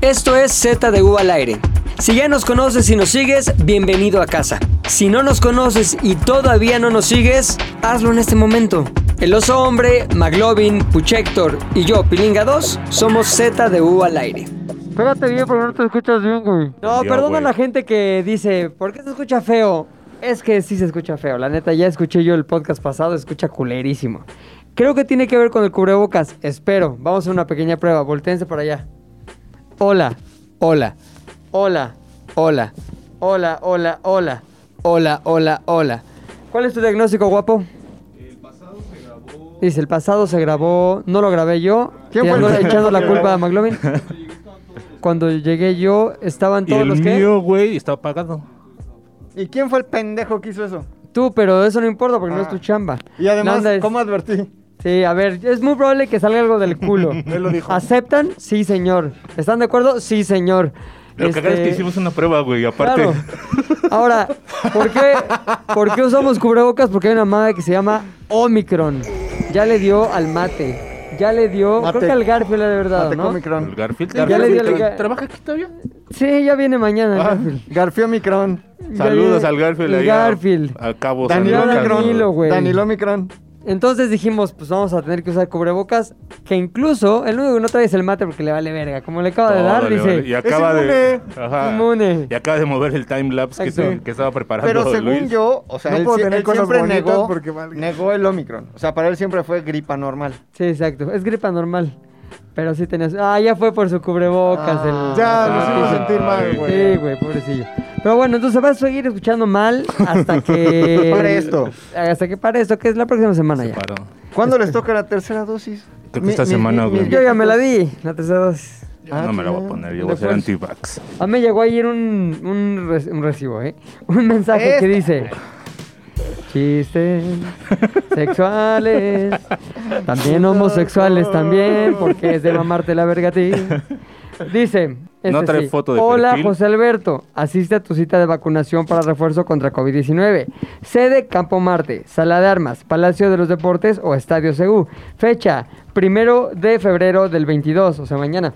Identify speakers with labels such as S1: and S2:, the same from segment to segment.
S1: Esto es Z de U al aire. Si ya nos conoces y nos sigues, bienvenido a casa. Si no nos conoces y todavía no nos sigues, hazlo en este momento. El oso hombre, Maglovin, Puchector y yo, Pilinga 2, somos Z de U al aire.
S2: Espérate bien porque no te escuchas bien, güey.
S1: No,
S3: Dios,
S1: perdona a
S3: güey.
S1: la gente que dice, ¿por qué se escucha feo? Es que sí se escucha feo. La neta, ya escuché yo el podcast pasado, escucha culerísimo. Creo que tiene que ver con el cubrebocas. Espero. Vamos a hacer una pequeña prueba. Voltense para allá. Hola, hola, hola, hola, hola, hola, hola, hola, hola, hola. ¿Cuál es tu diagnóstico, guapo? Dice, el pasado se grabó, no lo grabé yo.
S2: ¿Quién
S1: y
S2: fue el
S1: ando
S2: que-
S1: echando la culpa a McLovin? Cuando llegué yo, estaban
S3: Y
S1: todos
S3: el
S1: los que...
S3: mío, güey, está apagado.
S2: ¿Y quién fue el pendejo que hizo eso?
S1: Tú, pero eso no importa porque no es tu chamba.
S2: Y además,
S1: La onda es-
S2: ¿cómo advertí?
S1: Sí, a ver, es muy probable que salga algo del culo.
S2: Él lo dijo.
S1: ¿Aceptan? Sí, señor. ¿Están de acuerdo? Sí, señor.
S3: Lo que cagado es que
S1: Este,
S3: hicimos una prueba, güey, aparte.
S1: Claro. Ahora, ¿por qué, por qué usamos cubrebocas? Porque hay una madre que se llama Omicron. Ya le dio al mate. Ya le dio.
S2: Mate-
S1: creo que al Garfield le había dado,
S2: Mate
S1: ¿no?
S3: El
S2: Comicron.
S3: Garfield.
S1: Ya le dio el ga-
S3: ¿Trabaja aquí todavía?
S1: Sí, ya viene mañana. el Garfield.
S2: Garfio Micron.
S1: Ya
S3: Saludos
S1: viene
S3: al Garfield.
S1: el
S3: ahí a-
S1: Garfield.
S3: A, Cabo San
S2: Danilo
S3: Lucas,
S1: Omicron. Danilo,
S2: Micron.
S1: güey.
S2: Danilo Micron.
S1: Entonces dijimos, pues vamos a tener que usar cubrebocas. Que incluso el único que no trae es el mate porque le vale verga. Como le acaba de
S3: Todo
S1: dar,
S3: le
S1: dice.
S3: vale. Y acaba
S2: "Es
S3: de.
S2: inmune".
S3: Ajá.
S1: Inmune.
S3: Y acaba de mover el timelapse que,
S1: Exacto.
S3: se- que estaba preparando.
S2: Pero según
S3: Luis.
S2: yo, o sea,
S4: No
S2: él,
S4: puedo
S2: sie-
S4: tener
S2: él
S4: cosas
S2: siempre
S4: bonitas
S2: negó,
S4: porque valga.
S2: negó el Omicron. O sea, para él siempre fue gripa normal.
S1: Sí, exacto. Es gripa normal. Pero sí tenías. Ah, ya fue por su cubrebocas.
S2: Ah.
S1: el- el
S4: Ya, pues, me
S1: mate.
S4: hicimos
S3: Ah,
S4: sentir mal,
S3: sí.
S1: Sí,
S4: güey.
S1: güey, pobrecillo. Pero bueno, entonces va a seguir escuchando mal hasta que.
S2: Pare esto.
S1: Hasta que pare esto, que es la próxima semana ya.
S3: Paró.
S2: ¿Cuándo les toca la tercera dosis?
S3: Creo que esta semana, güey.
S1: Este. Yo ya me la di, la tercera dosis.
S3: Yo no me la voy a poner, yo voy a ser
S1: Ah, Después-
S3: anti-vax.
S1: A mí me llegó ayer un, un, re- un recibo, ¿eh? Un mensaje que
S2: Este.
S1: dice: Chistes sexuales, también homosexuales, también, porque es de mamarte la verga a ti. Dice:
S3: No
S1: este
S3: trae
S1: sí,
S3: foto de
S1: Hola,
S3: perfil".
S1: José Alberto. Asiste a tu cita de vacunación para refuerzo contra COVID-19. Sede Campo Marte, Sala de Armas, Palacio de los Deportes o Estadio CU. Fecha: primero de febrero del 22, o sea, mañana.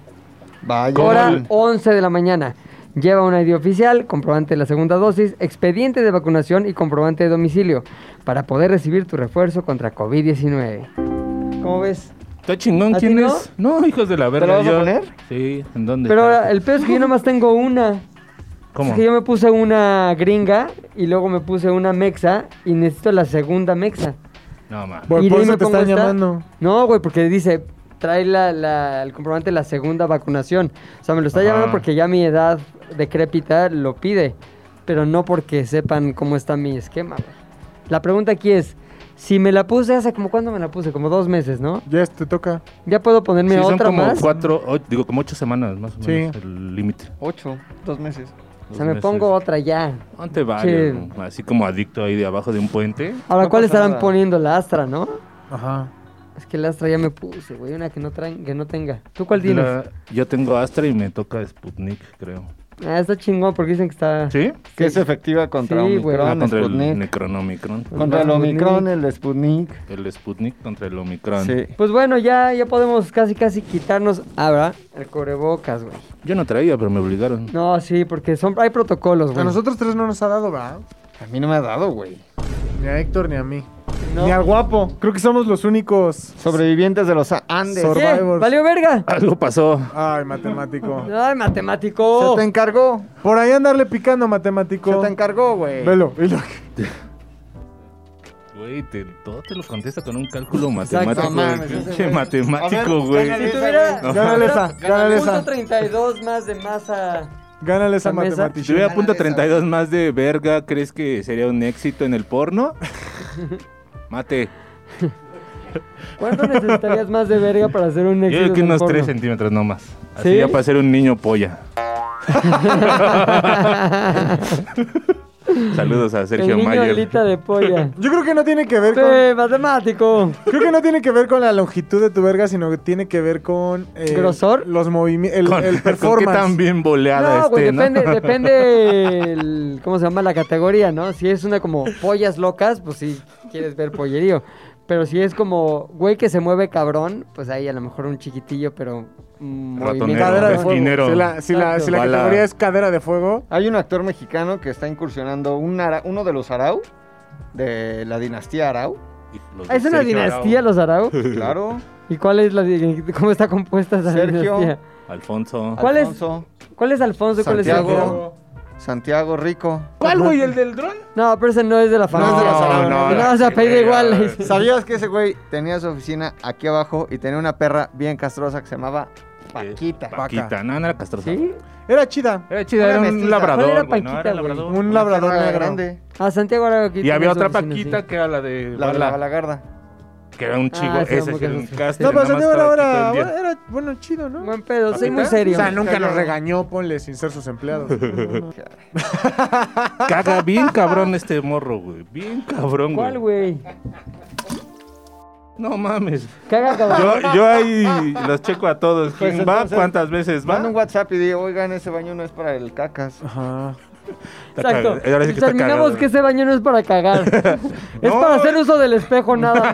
S2: Vaya.
S1: Hora 11 de la mañana. Lleva una ID oficial, comprobante de la segunda dosis, expediente de vacunación y comprobante de domicilio para poder recibir tu refuerzo contra COVID-19. ¿Cómo ves?
S3: ¿Está chingón
S1: ¿A ti
S3: quién
S1: no?
S3: es? No, hijos de la verga.
S2: lo vas a
S3: yo-
S2: poner?
S3: Sí, ¿en dónde?
S1: Pero
S3: está?
S1: ahora, el peor es que yo nomás tengo una.
S3: ¿Cómo?
S1: Es que yo me puse una gringa y luego me puse una mexa y necesito la segunda mexa.
S3: No, man.
S4: Por-
S1: Y
S4: por
S1: dime
S4: eso te
S1: cómo
S4: están
S1: está.
S4: llamando.
S1: No, güey, porque dice, trae la, la- el comprobante de la segunda vacunación. O sea, me lo está
S3: Ajá.
S1: llamando porque ya mi edad decrépita lo pide, pero no porque sepan cómo está mi esquema. güey. La pregunta aquí es, si me la puse hace como, ¿cuándo me la puse? Como dos meses, ¿no?
S4: Ya te toca.
S1: ¿Ya puedo
S3: Sí,
S1: ponerme
S3: son
S1: otra
S3: como
S1: más?
S3: cuatro, o- digo, como ocho semanas más o
S4: Sí.
S3: menos el límite.
S2: Ocho, dos meses.
S1: O sea, me pongo otra ya.
S3: Ponte
S1: Sí.
S3: varios, ¿no? así como adicto ahí de abajo de un puente.
S1: Ahora,
S2: No
S1: ¿cuál
S2: pasa
S1: estarán
S2: nada.
S1: poniendo? La Astra, ¿no?
S4: Ajá.
S1: Es que la Astra ya me puse, güey, una que no, traen, que no tenga. ¿Tú cuál tienes?
S3: La- yo tengo Astra y me toca Sputnik, creo.
S1: Ah, está chingón porque dicen que está...
S3: ¿Sí.
S2: Que es efectiva contra
S1: Sí, güey.
S3: Ah,
S2: Omicron,
S3: contra el
S2: Sputnik.
S3: Necronomicron.
S2: Contra el
S1: Sputnik.
S2: Omicron, el Sputnik.
S3: El Sputnik contra el Omicron.
S2: Sí.
S1: Pues bueno, ya, ya podemos casi casi quitarnos ah, ahora el cubrebocas, güey.
S3: Yo no traía, pero me obligaron.
S1: No, sí, porque son, hay
S3: pues
S1: protocolos, güey.
S4: A nosotros tres no nos ha dado, ¿verdad?
S2: A mí no me ha dado, güey.
S4: Ni a Héctor ni a mí.
S1: No.
S4: Ni al guapo. Creo que somos los únicos.
S2: Sobrevivientes de los Andes.
S4: Sor-
S1: ¿Qué?
S4: Survivors.
S1: ¿Valió verga?
S3: Algo pasó.
S4: Ay, matemático.
S1: Ay, matemático.
S2: Se te encargó.
S4: Por ahí andarle picando,
S2: Se
S4: matemático.
S2: te encargó, güey.
S4: Velo, velo.
S3: Güey, te- todo te lo contesta con un cálculo
S1: Exacto.
S2: No
S3: matemático.
S2: mames,
S3: güey.
S2: ese
S3: Pinche
S2: güey. A
S3: matemático,
S2: ver,
S3: güey.
S2: gánale.
S1: Si tuviera...
S4: No. Gánale esa, gánale esa.
S1: Punto 32 más de masa.
S4: Gánale esa
S1: ¿La mesa?
S3: Si
S4: matemática.
S3: tuviera punto 32 más de verga, ¿crees que sería un éxito en el porno? Mate.
S1: ¿Cuánto necesitarías más de verga para hacer un
S3: Yo
S1: éxito?
S3: creo que
S1: en el
S3: unos
S1: porno?
S3: 3 centímetros nomás. Así
S1: ¿Sí?
S3: ya para ser un niño polla. Saludos a Sergio
S1: El niño
S3: Mayer.
S1: alita de polla.
S4: Yo creo que no tiene que ver con.
S1: Sí, matemático.
S4: Creo que no tiene que ver con la longitud de tu verga, sino que tiene que ver con. eh,
S1: ¿Grosor?
S4: Los movimientos. El,
S3: Con,
S4: el
S3: con
S4: performance.
S3: qué tan bien boleada
S1: No,
S3: esté,
S1: güey,
S3: este, ¿no?
S1: depende, depende el- ¿cómo se llama la categoría, no? Si es una como pollas locas, pues sí quieres ver pollerío. Pero si es como, güey, que se mueve cabrón, pues ahí a lo mejor un chiquitillo, pero un
S3: Ratonero,
S1: movimiento.
S4: Cadera de
S3: esquinero.
S4: fuego. Si la, si la- si la
S3: Bala.
S4: categoría es cadera de fuego,
S2: Hay un actor mexicano que está incursionando un ara- uno de los Arau, de la dinastía Arau.
S1: ¿Es una dinastía los Arau?
S2: Claro.
S1: ¿Y cuál es la di- cómo está compuesta esa
S2: Sergio.
S1: dinastía?
S3: Alfonso.
S1: ¿Cuál es?
S2: Alfonso,
S1: ¿Cuál es Alfonso y cuál es
S2: Santiago.
S1: Sergio?
S2: Santiago Rico.
S5: ¿Cuál, güey? ¿El del dron?
S1: No, pero ese no es de la familia.
S2: es de la Sarao, no,
S1: no, se apellida igual.
S2: ¿Sabías que ese güey tenía su oficina aquí abajo y tenía una perra bien castrosa que se llamaba Paquita?
S3: Paquita. No, no era castrosa.
S1: ¿Sí?
S4: era chida.
S3: Era chida,
S2: Era
S3: era
S2: mestiza.
S3: un labrador.
S1: ¿Cuál era
S3: güey, no,
S1: Paquita,
S3: era
S1: güey?
S3: labrador.
S4: Un
S2: Una
S4: labrador
S2: perra
S4: negro.
S2: grande.
S1: Ah, Santiago Arau aquí
S3: Y
S1: tiene
S3: había
S1: su
S3: otra
S1: oficina, sí.
S3: paquita que era la de
S2: La, de
S3: Bala,
S2: la balagarda.
S3: que era un chivo.
S1: Ah, ese
S3: ese
S1: era
S3: sí
S1: muy
S3: era un
S1: gracioso.
S3: casting.
S4: No, pero
S3: nada más
S4: Santiago era,
S3: estaba
S4: era-
S3: aquí todo el día.
S4: era, bueno, chido, ¿no?
S1: Buen pedo, soy muy
S3: ¿Paquita?
S1: serio.
S4: O sea, nunca nos regañó, ponle, sin ser sus empleados.
S3: Caga bien cabrón este morro, güey. Bien cabrón, güey.
S1: ¿Cuál, güey?
S3: No mames.
S1: Caga cabrón.
S3: Yo, yo ahí los checo a todos.
S2: Pues
S3: ¿Quién va?
S2: entonces,
S3: ¿Cuántas veces va?
S2: Manda un WhatsApp y di, oigan, ese baño no es para el cacas.
S4: Ajá.
S3: Está
S1: Exacto.
S3: cagado. Ahora sí que está
S1: Terminamos
S3: cagado.
S1: que ese baño no es para cagar. es
S3: No,
S1: para
S3: güey.
S1: hacer uso del espejo nada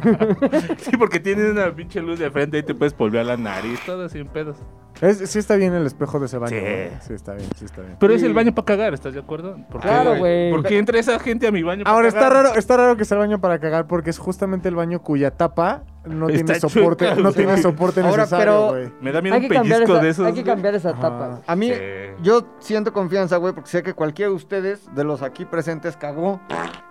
S1: más.
S3: Sí, porque tienes una pinche luz de frente y te puedes polvear la nariz, todo sin pedos.
S4: Es- sí está bien el espejo de ese baño.
S3: Sí.
S4: güey. sí está bien, sí está bien.
S3: Pero es el baño para cagar, ¿estás de acuerdo? ¿Por qué-
S1: Claro, güey.
S3: ¿Por qué entra esa gente a mi baño? pa'
S4: Ahora está
S3: cagar?
S4: raro, está raro que sea el baño para cagar porque es justamente el baño cuya tapa no
S3: Está
S4: tiene soporte,
S3: chueca,
S4: no
S3: güey.
S4: tiene soporte
S2: Ahora,
S4: necesario,
S2: pero-
S4: güey.
S3: Me da miedo
S1: hay,
S3: un
S1: que cambiar
S3: pellizco
S1: esa,
S3: de esos.
S1: hay que cambiar esa tapa.
S2: A mí,
S3: Sí.
S2: yo siento confianza, güey, porque sé que cualquiera de ustedes, de los aquí presentes, cagó.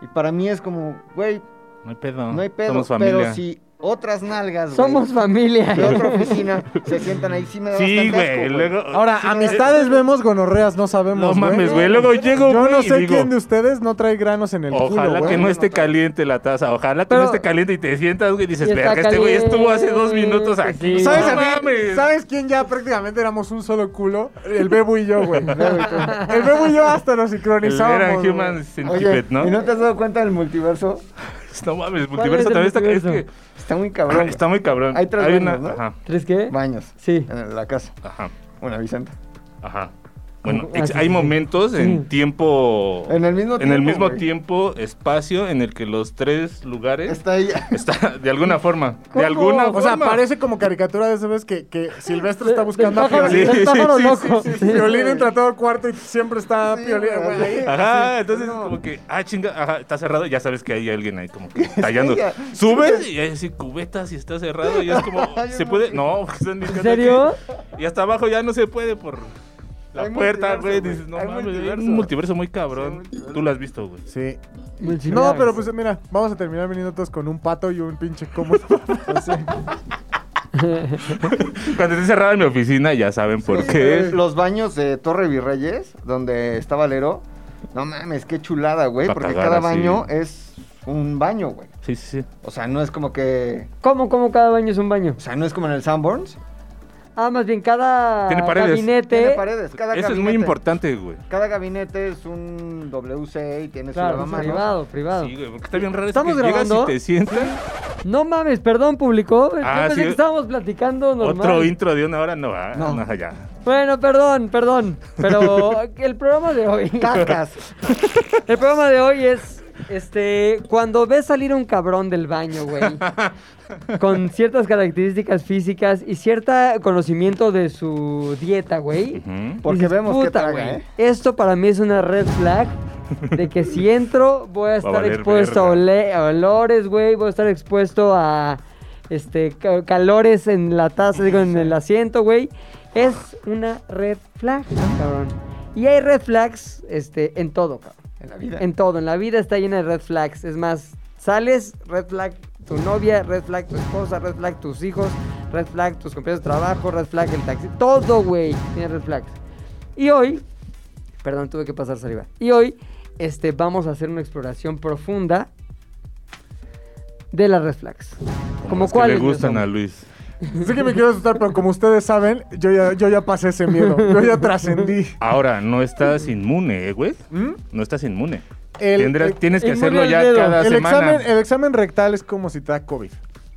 S2: Y para mí es como, güey,
S3: No hay pedo.
S2: no hay pedo.
S3: Somos familia.
S2: pero si otras nalgas, güey,
S1: Somos familia. ¿eh?
S2: de otra oficina se sientan ahí, sí me da
S3: Sí,
S2: bastante asco,
S3: güey. Luego.
S4: Ahora, amistades vemos, gonorreas no sabemos,
S3: No
S4: güey.
S3: mames, güey. Luego llego,
S4: Yo
S3: güey,
S4: no
S3: y
S4: sé
S3: digo,
S4: quién de ustedes no trae granos en el
S3: Ojalá
S4: culo,
S3: que
S4: güey.
S3: no esté caliente la taza. Ojalá que
S1: Pero-
S3: no esté caliente y te sientas, güey, y dices,
S1: Y está
S3: verga, este güey estuvo hace dos
S1: caliente,
S3: minutos aquí.
S1: sí.
S4: ¿Sabes,
S3: no
S4: a mí-
S3: mames.
S4: ¿Sabes quién ya prácticamente éramos un solo culo? El Bebo y yo, güey. El Bebo y yo hasta nos
S3: El
S4: sincronizamos.
S3: Eran
S4: güey.
S3: Human
S2: Oye,
S3: Centipede, ¿no?
S2: ¿y no te has dado cuenta del multiverso?
S3: No
S1: ¿Cuál
S3: mames,
S1: es
S3: multiverso
S1: el
S3: también está. Es que
S1: multiverso?
S2: Está muy cabrón. güey.
S3: Ah, está muy cabrón.
S2: Hay tres
S3: una.
S2: baños, ¿no?
S3: Ajá,
S1: ¿Tres qué?
S2: Baños
S1: Sí.
S2: en la casa.
S3: ajá,
S2: Bueno, Vicenta.
S3: ajá. Bueno,
S2: Mm,
S1: Ah,
S3: ex-
S1: sí,
S3: hay
S1: sí, sí.
S3: momentos
S1: Sí.
S3: en tiempo.
S2: En el mismo
S3: En el
S2: tiempo,
S3: mismo
S2: güey.
S3: tiempo, espacio en el que los tres lugares
S2: Está ahí.
S3: está de alguna forma.
S1: ¿Cómo?
S3: De alguna
S4: O sea,
S3: forma.
S4: parece como caricatura de esa vez que, que Silvestre está
S1: Del-
S4: buscando a
S1: del pájaro-
S4: Piolín.
S1: del
S3: Sí,
S1: pájaro
S3: sí, sí,
S1: loco. Sí.
S4: Piolín entra a todo cuarto y siempre está
S2: Sí,
S4: Piolín,
S2: güey.
S4: güey.
S3: Ajá, entonces como que, ah, chinga, ajá, está cerrado, ya sabes que hay alguien ahí como que tallando.
S2: ya.
S3: Subes y hay así cubetas y está cerrado y es como,
S2: Ay,
S3: ¿se
S2: no.
S3: puede? No, pues, están indicando
S1: ¿En serio?
S3: que- Y hasta abajo ya no se puede por la
S2: Hay
S3: puerta,
S2: multiverso,
S3: güey.
S2: güey.
S3: Dices, no
S2: Hay
S3: mames,
S2: multiverso.
S3: es un multiverso muy cabrón. Tú lo has visto, güey.
S4: Sí.
S1: Multiverso.
S4: No, pero pues mira, vamos a terminar viniendo todos con un pato y un pinche cómodo. Así.
S3: Cuando esté cerrada mi oficina ya saben por qué.
S2: Los baños de Torre Virreyes, donde está Valero. No mames, qué chulada, güey.
S3: Pa'
S2: Porque
S3: cagar
S2: cada
S3: así.
S2: baño es un baño, güey.
S3: Sí, sí, sí.
S2: O sea, no es como que.
S1: ¿Cómo, cómo cada baño es un baño?
S2: O sea, no es como en el Sanborns.
S1: Ah, más bien, cada
S3: Tiene paredes.
S1: gabinete...
S2: Tiene paredes. Cada
S3: Eso es
S2: gabinete-
S3: muy importante, güey.
S2: Cada gabinete es un WC y tiene
S1: Claro,
S2: su lavamanos.
S1: privado, privado.
S3: Sí, güey, porque está bien raro. es
S1: ¿Estamos
S3: que
S1: grabando?
S3: Llegas y te sientas.
S1: No mames, perdón, público. Yo
S3: Ah,
S1: pensé
S3: sí.
S1: que estábamos platicando normal.
S3: Otro intro de una hora, no, ah,
S2: No.
S3: no, ya.
S1: Bueno, perdón, perdón. Pero el programa de hoy.
S2: Cascas.
S1: El programa de hoy es. Este, cuando ves salir un cabrón del baño, güey, con ciertas características físicas y cierto conocimiento de su dieta, güey,
S3: Ujú.
S2: Porque
S1: dices,
S2: vemos que
S1: "Puta,
S2: traga,
S1: güey,
S2: ¿eh?
S1: Esto para mí es una red flag de que si entro voy a estar
S3: valer
S1: expuesto a, ole- a olores, güey, voy a estar expuesto a este ca- calores en la taza, digo, en el asiento, güey. Es una red flag, cabrón. Y hay red flags este en todo, cabrón.
S2: En la vida.
S1: En todo, en la vida está llena de red flags. Es más, sales, red flag tu novia, red flag tu esposa, red flag tus hijos, red flag tus compañeros de trabajo, red flag el taxi. Todo, güey, tiene red flags. Y hoy, perdón, tuve que pasar saliva. Y hoy este, vamos a hacer una exploración profunda de las red flags. Como
S3: los que le
S1: cuáles.
S3: gustan
S1: Nelson?
S3: a Luis.
S4: Sé que me quiero asustar, pero como ustedes saben, yo ya, yo ya pasé ese miedo. Yo ya trascendí.
S3: Ahora, no estás inmune, eh, güey.
S4: ¿Mm?
S3: No estás inmune.
S4: El-
S3: Tendrás-
S4: el- e-
S3: tienes que
S1: inmune
S3: hacerlo
S1: al
S3: ya
S1: dedo. eh,
S3: cada
S4: El
S3: semana.
S4: examen, el examen rectal es como si te da COVID.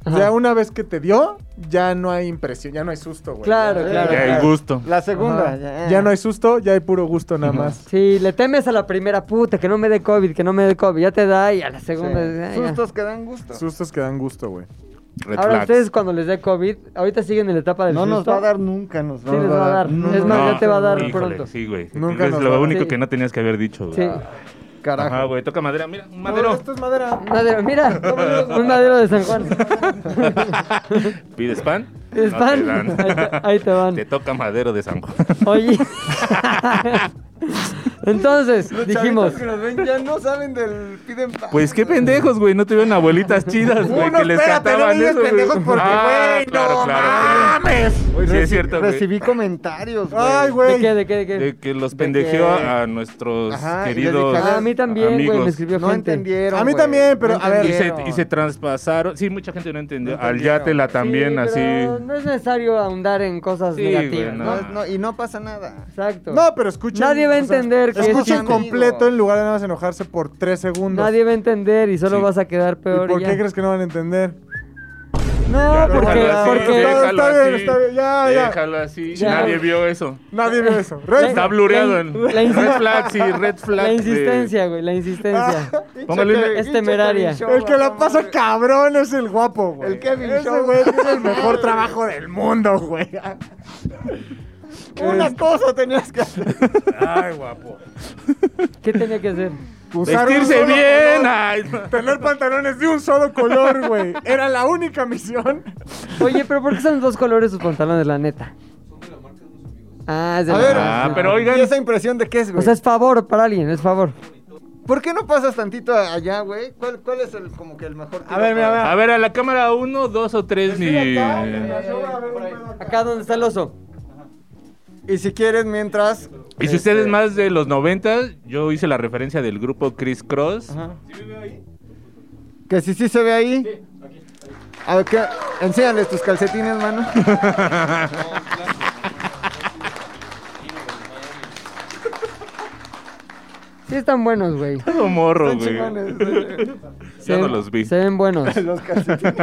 S4: Ya una vez que te dio, ya no hay impresión, ya no hay susto, güey.
S1: Claro,
S4: Ya-
S1: claro.
S3: Ya hay
S1: claro.
S3: gusto.
S2: Eh, La segunda.
S4: Ajá.
S2: Ya,
S4: Ya no hay susto, ya hay puro gusto nada más.
S1: Sí, le temes a la primera puta, que no me dé COVID, que no me dé COVID. Ya te da y a la segunda.
S2: Sí.
S1: dices, "Ay, ya".
S2: Sustos que dan gusto.
S4: Sustos que dan gusto, güey.
S3: Red
S1: Ahora
S3: flags.
S1: ustedes cuando les dé COVID, ahorita siguen en la etapa del
S2: No nos
S1: susto.
S2: va a dar nunca, nos
S1: Sí,
S2: va a
S1: les va a dar.
S2: No,
S1: es
S2: no,
S1: más, ya
S2: no.
S1: te va a dar
S3: híjole,
S1: pronto.
S3: Sí, güey.
S4: Nunca
S3: es
S4: nos
S3: lo
S4: va-
S3: único
S1: sí.
S3: que no tenías que haber dicho, güey.
S1: Sí.
S2: Carajo.
S3: Ajá, güey, toca madera. Mira, un madero.
S4: Esto es madera.
S1: Madero, mira, un madero de San Juan.
S3: ¿Pides pan?
S1: ¿Pides
S3: No
S1: pan?
S3: te dan.
S1: Ahí te- ahí te van.
S3: Te toca madero de San Juan.
S1: Oye. Entonces,
S2: Los
S1: dijimos.
S2: chavitos que nos ven ya no saben del piden pan.
S3: Pues qué pendejos, güey. No tuvieron abuelitas chidas, güey.
S4: Uno,
S3: que les
S4: espérate, no
S3: cantaban
S4: digas
S3: eso, güey.
S4: pendejos porque,
S3: Ah,
S4: güey, no
S3: mames. Sí,
S2: Reci-
S3: es cierto, güey.
S2: Recibí comentarios, güey.
S4: Ay,
S1: ¿De
S4: güey.
S1: qué, de qué, de qué?
S3: De que los pendejeó
S2: que-
S3: a nuestros
S2: Ajá, y le dije,
S3: queridos.
S1: Ah, a mí también, güey,
S3: amigos.
S1: me escribió
S2: No
S1: gente.
S2: entendieron.
S4: A mí
S2: güey.
S4: también, pero, a ver.
S3: Y se,
S2: entendieron.
S3: y se traspasaron. Sí, mucha gente no entendió.
S2: No
S3: Al
S2: entendieron.
S3: yátela
S1: Sí,
S3: también,
S1: pero
S3: así.
S1: No es necesario ahondar en cosas
S3: Sí,
S1: negativas,
S3: güey,
S1: ¿no?
S2: No, es- no, y no pasa nada.
S1: Exacto.
S4: No, pero escuchen.
S1: Nadie va a entender que es
S4: escuchen
S2: tu
S4: completo
S2: amigo.
S4: en lugar de nada más enojarse por tres segundos.
S1: Nadie va a entender y solo
S3: Sí.
S1: vas a quedar peor.
S4: ¿Y por
S1: y
S4: qué
S1: ya.
S4: crees que no van a entender?
S1: No,
S3: Ya,
S1: porque,
S3: déjalo así,
S1: porque-
S3: déjalo
S4: Está bien,
S3: así.
S4: está bien, ya, ya.
S3: Déjalo así.
S1: Ya.
S3: Nadie vio eso.
S4: Nadie ve eso. Red
S3: Está
S1: La-
S3: blureado
S1: la-
S3: en
S1: la insi-
S3: red flags y red flags.
S1: la
S3: de-
S1: insistencia, güey, la insistencia.
S3: Póngale una-
S1: Es temeraria.
S4: El que la pasa cabrón es el guapo, güey.
S2: El Kevin
S4: Ese
S2: Show.
S4: güey tiene el mejor trabajo del mundo, güey.
S2: Una cosa tenías que hacer.
S4: Ay, guapo.
S1: ¿Qué tenía que hacer?
S4: Usar un
S3: Vestirse
S4: solo
S3: bien. ah.
S4: color,
S3: ay,
S4: Tener pantalones de un solo color, güey. Era la única misión.
S1: Oye, pero ¿por qué son dos colores sus pantalones, la neta? Ah, es de
S2: A
S1: la
S2: ver,
S1: marca.
S3: Ah, pero oigan.
S2: ¿Y esa impresión de qué es, güey?
S1: O sea, es favor para alguien, es favor.
S2: ¿Por qué no pasas tantito allá, güey? ¿Cuál, cuál es el, como que el mejor tiro
S4: ver, mira,
S2: para-
S4: mira.
S3: A ver, a la cámara uno, dos o tres. Mi...
S1: Acá donde está el oso.
S2: Y si quieres, mientras.
S3: Y si ustedes más de los 90, yo hice la referencia del grupo Chris Cross.
S2: Ajá. Que si sí se ve ahí. A ver, ¿qué? Enséñales tus calcetines, mano.
S1: Sí están buenos, güey.
S3: Todo morro,
S2: Son
S3: güey.
S2: chingones,
S3: Yo no
S1: ven-
S3: los vi.
S1: Se ven buenos.
S2: Los calcetines.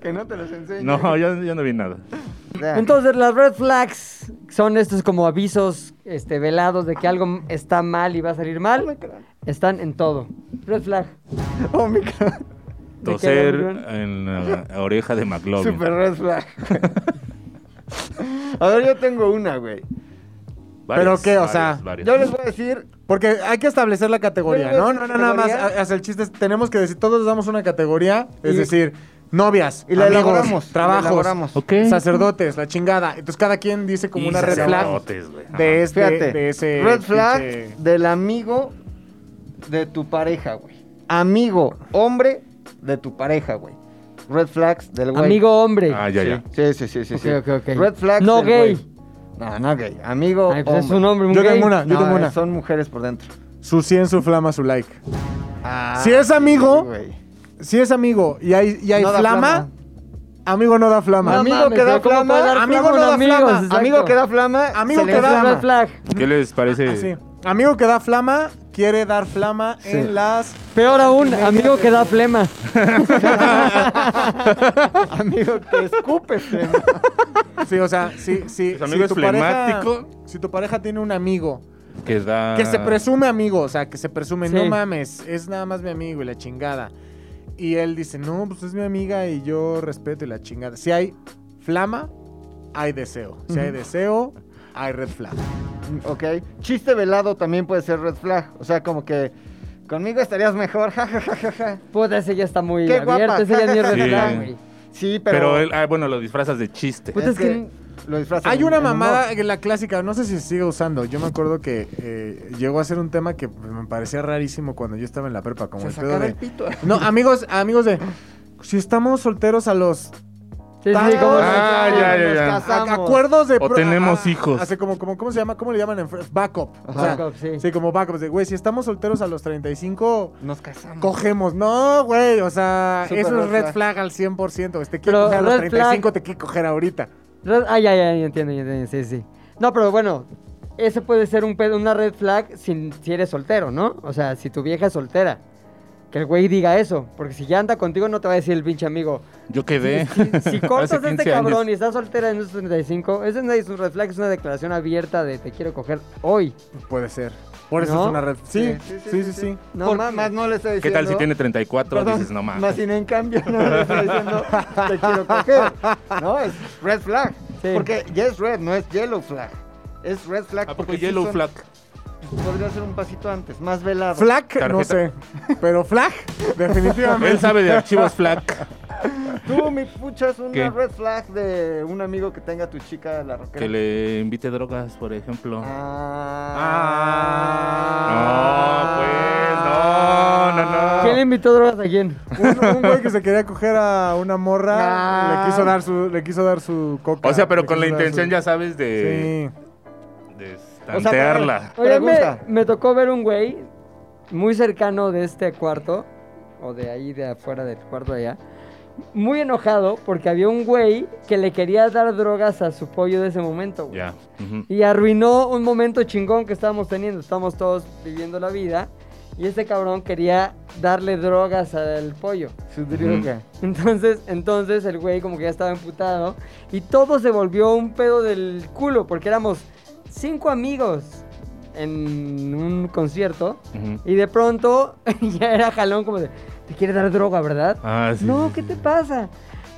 S2: que no te los enseño.
S3: No, yo, yo no vi nada.
S2: Ya.
S1: Entonces, las red flags son estos como avisos este, velados de que algo está mal y va a salir mal. Están en todo. Red flag.
S2: Oh, mi cara.
S1: ¿De qué
S3: Toser Ah,
S1: hablan?
S3: en la oreja de McLovin.
S2: Super red flag. A ver, yo tengo una, güey.
S3: Varias,
S4: ¿Pero qué? O
S3: varias,
S4: sea,
S3: varias.
S2: Yo les voy a decir
S4: Porque hay que establecer la categoría,
S2: Bueno,
S4: ¿no?
S2: es
S4: No, no, nada más.
S2: categoría.
S4: ha- Hace el chiste, es- tenemos que decir, todos damos una categoría, es
S2: Y-
S4: decir, novias,
S2: y la
S4: amigos,
S2: elaboramos. y la
S4: trabajos,
S2: elaboramos.
S3: Ok.
S4: sacerdotes, la chingada. Entonces cada quien dice como
S3: Y
S4: una red flag
S3: sacerdotes, güey. Ajá.
S4: de este,
S2: Fíjate,
S4: de ese
S2: red flag
S4: pinche-
S2: del amigo de tu pareja, güey. Amigo, hombre de tu pareja, güey. Red flags del güey.
S1: Amigo hombre.
S3: Ah, ya, ya.
S2: Sí, sí, sí, sí.
S1: Ok,
S2: sí.
S1: ok, ok.
S2: Red flags
S1: No
S2: del
S1: gay.
S2: güey. No, no gay. Amigo,
S1: Ay, pues es
S2: hombre.
S1: un hombre, un
S4: Yo
S1: gay.
S4: tengo una, yo
S2: No,
S4: tengo una.
S2: son mujeres por dentro. Ah,
S4: Su 100, su flama, su like. Ah, Si es amigo,
S2: sí, güey.
S4: Si es amigo y hay, y hay
S2: No da
S4: flama, amigo no da flama.
S1: No
S2: amigo
S1: mames,
S2: que da
S1: pero ¿cómo puede dar
S2: flama, amigo
S1: flama
S2: no
S1: a un
S2: da
S1: amigo?
S2: flama,
S1: Exacto.
S2: amigo que da flama,
S4: Amigo
S2: se le
S4: que
S1: Es
S4: da-
S1: red flag.
S3: ¿Qué les parece?
S4: Así. Amigo que da flama, quiere dar flama
S2: Sí.
S4: en las...
S1: Peor aún, amigo que da flema.
S2: amigo que escupe flema.
S4: Sí, o sea, sí, sí.
S3: Pues amigo
S4: si
S3: es
S4: tu pareja-
S3: flemático.
S4: Si tu pareja tiene un amigo
S3: Que da...
S4: que se presume amigo, o sea, que se presume,
S1: Sí.
S4: no mames, es nada más mi amigo y la chingada. Y él dice, no, pues es mi amiga y yo respeto y la chingada. Si hay flama, hay deseo. Si hay deseo, hay red flag.
S2: Ok. Chiste velado también puede ser red flag. O sea, como que conmigo estarías mejor. Ja, ja, ja, ja, ja.
S1: Puta, ese ya está muy
S2: Qué
S1: abierto.
S2: guapa.
S1: Ese ya ni es red
S3: Sí.
S1: flag, güey.
S2: Sí, pero.
S3: Pero él, ah, bueno, lo disfrazas de chiste.
S1: Puta, es que-
S2: lo disfrazan
S4: Hay
S2: en-
S4: una
S2: en humor.
S4: mamada, que la clásica, no sé si se sigue usando. Yo me acuerdo que eh, llegó a ser un tema que me parecía rarísimo cuando yo estaba en la prepa, como
S2: Se
S4: el pedo
S2: sacaba el
S4: de...
S2: pito.
S4: No, amigos, amigos de... Si estamos solteros a los
S1: Sí, sí,
S4: Tal-
S1: como-
S3: Ah, ya, ya, ya.
S2: Nos
S4: a-
S2: casamos.
S4: acuerdos de
S3: O
S4: pro-
S3: tenemos
S4: a-
S3: hijos.
S4: Hace como, como ¿cómo se llama? ¿Cómo le llaman en fr- backup? O sea,
S1: Backup, sí.
S4: sí, como backup, de güey, si estamos solteros a los 35
S2: Nos casamos.
S4: cogemos. No, güey, o sea,
S2: Súper
S4: eso es
S2: red
S4: red flag al 100%, güey, te
S1: Pero
S4: quiero coger a los
S1: red flag-
S4: 35, te quiero coger ahorita.
S1: Red- Ah, ya, ya, ya entiendo, ya entiendo, sí, sí. No, pero bueno, ese puede ser un pedo- una red flag si, si eres soltero, ¿no? O sea, si tu vieja es soltera. que el güey diga eso. Porque si ya anda contigo, no te va a decir el pinche amigo.
S3: Yo quedé.
S1: Si, si cortas
S3: Hace
S1: a este
S3: 15 años.
S1: cabrón y estás soltera en los 35, ese no es un red flag, es una declaración abierta de te quiero coger hoy.
S4: Puede ser. Por eso
S1: ¿No?
S4: es una red. Sí,
S2: Sí, sí, sí,
S4: sí,
S2: sí,
S4: sí,
S2: sí.
S4: sí.
S1: No
S2: Por-
S1: mames.
S2: Más no le está diciendo.
S3: ¿Qué tal si tiene 34?
S2: Perdón,
S3: Dices, no mames.
S2: Más sin en cambio, no le está diciendo, te quiero coger. No, es red flag.
S1: Sí.
S2: Porque ya es red, no es yellow flag. Es red flag
S3: ¿A poco
S2: porque sí
S3: Ah, Yellow
S2: son-
S3: Flag?
S2: Podría ser un pasito antes, más velado.
S4: Flag, no sé.
S3: Tarjeta.
S4: Pero flag, definitivamente.
S3: Él sabe de archivos Flag.
S2: Tú, mi pucha, es una
S3: ¿Qué?
S2: red flag de un amigo que tenga tu chica la roquera.
S3: Que le invite drogas, por ejemplo.
S2: Ah.
S3: No, pues, no, no, no.
S1: ¿Quién le invitó drogas a quién?
S4: Un, un güey que se quería coger a una morra
S2: Ah.
S4: le quiso dar su le quiso dar su coca.
S3: O sea, pero
S4: le
S3: con la
S4: quiso dar
S3: intención,
S4: su-
S3: ya sabes, de,
S4: Sí.
S3: de
S2: pero-
S3: tantearla.
S1: Oye, me,
S2: Pregunta.
S1: me tocó ver un güey muy cercano de este cuarto, o de ahí de afuera del cuarto de allá, muy enojado porque había un güey que le quería dar drogas a su pollo de ese momento, güey.
S3: Ya. ujú.
S1: Y arruinó un momento chingón que estábamos teniendo. Estábamos todos viviendo la vida. Y este cabrón quería darle drogas al pollo.
S2: Su droga.
S1: Entonces, entonces el güey como que ya estaba emputado. Y todo se volvió un pedo del culo. Porque éramos cinco amigos en un concierto.
S3: Ujú.
S1: Y de pronto ya era jalón como de, te quiere dar droga, ¿verdad?
S3: Ah, sí.
S1: no,
S3: sí,
S1: ¿qué
S3: sí.
S1: te pasa?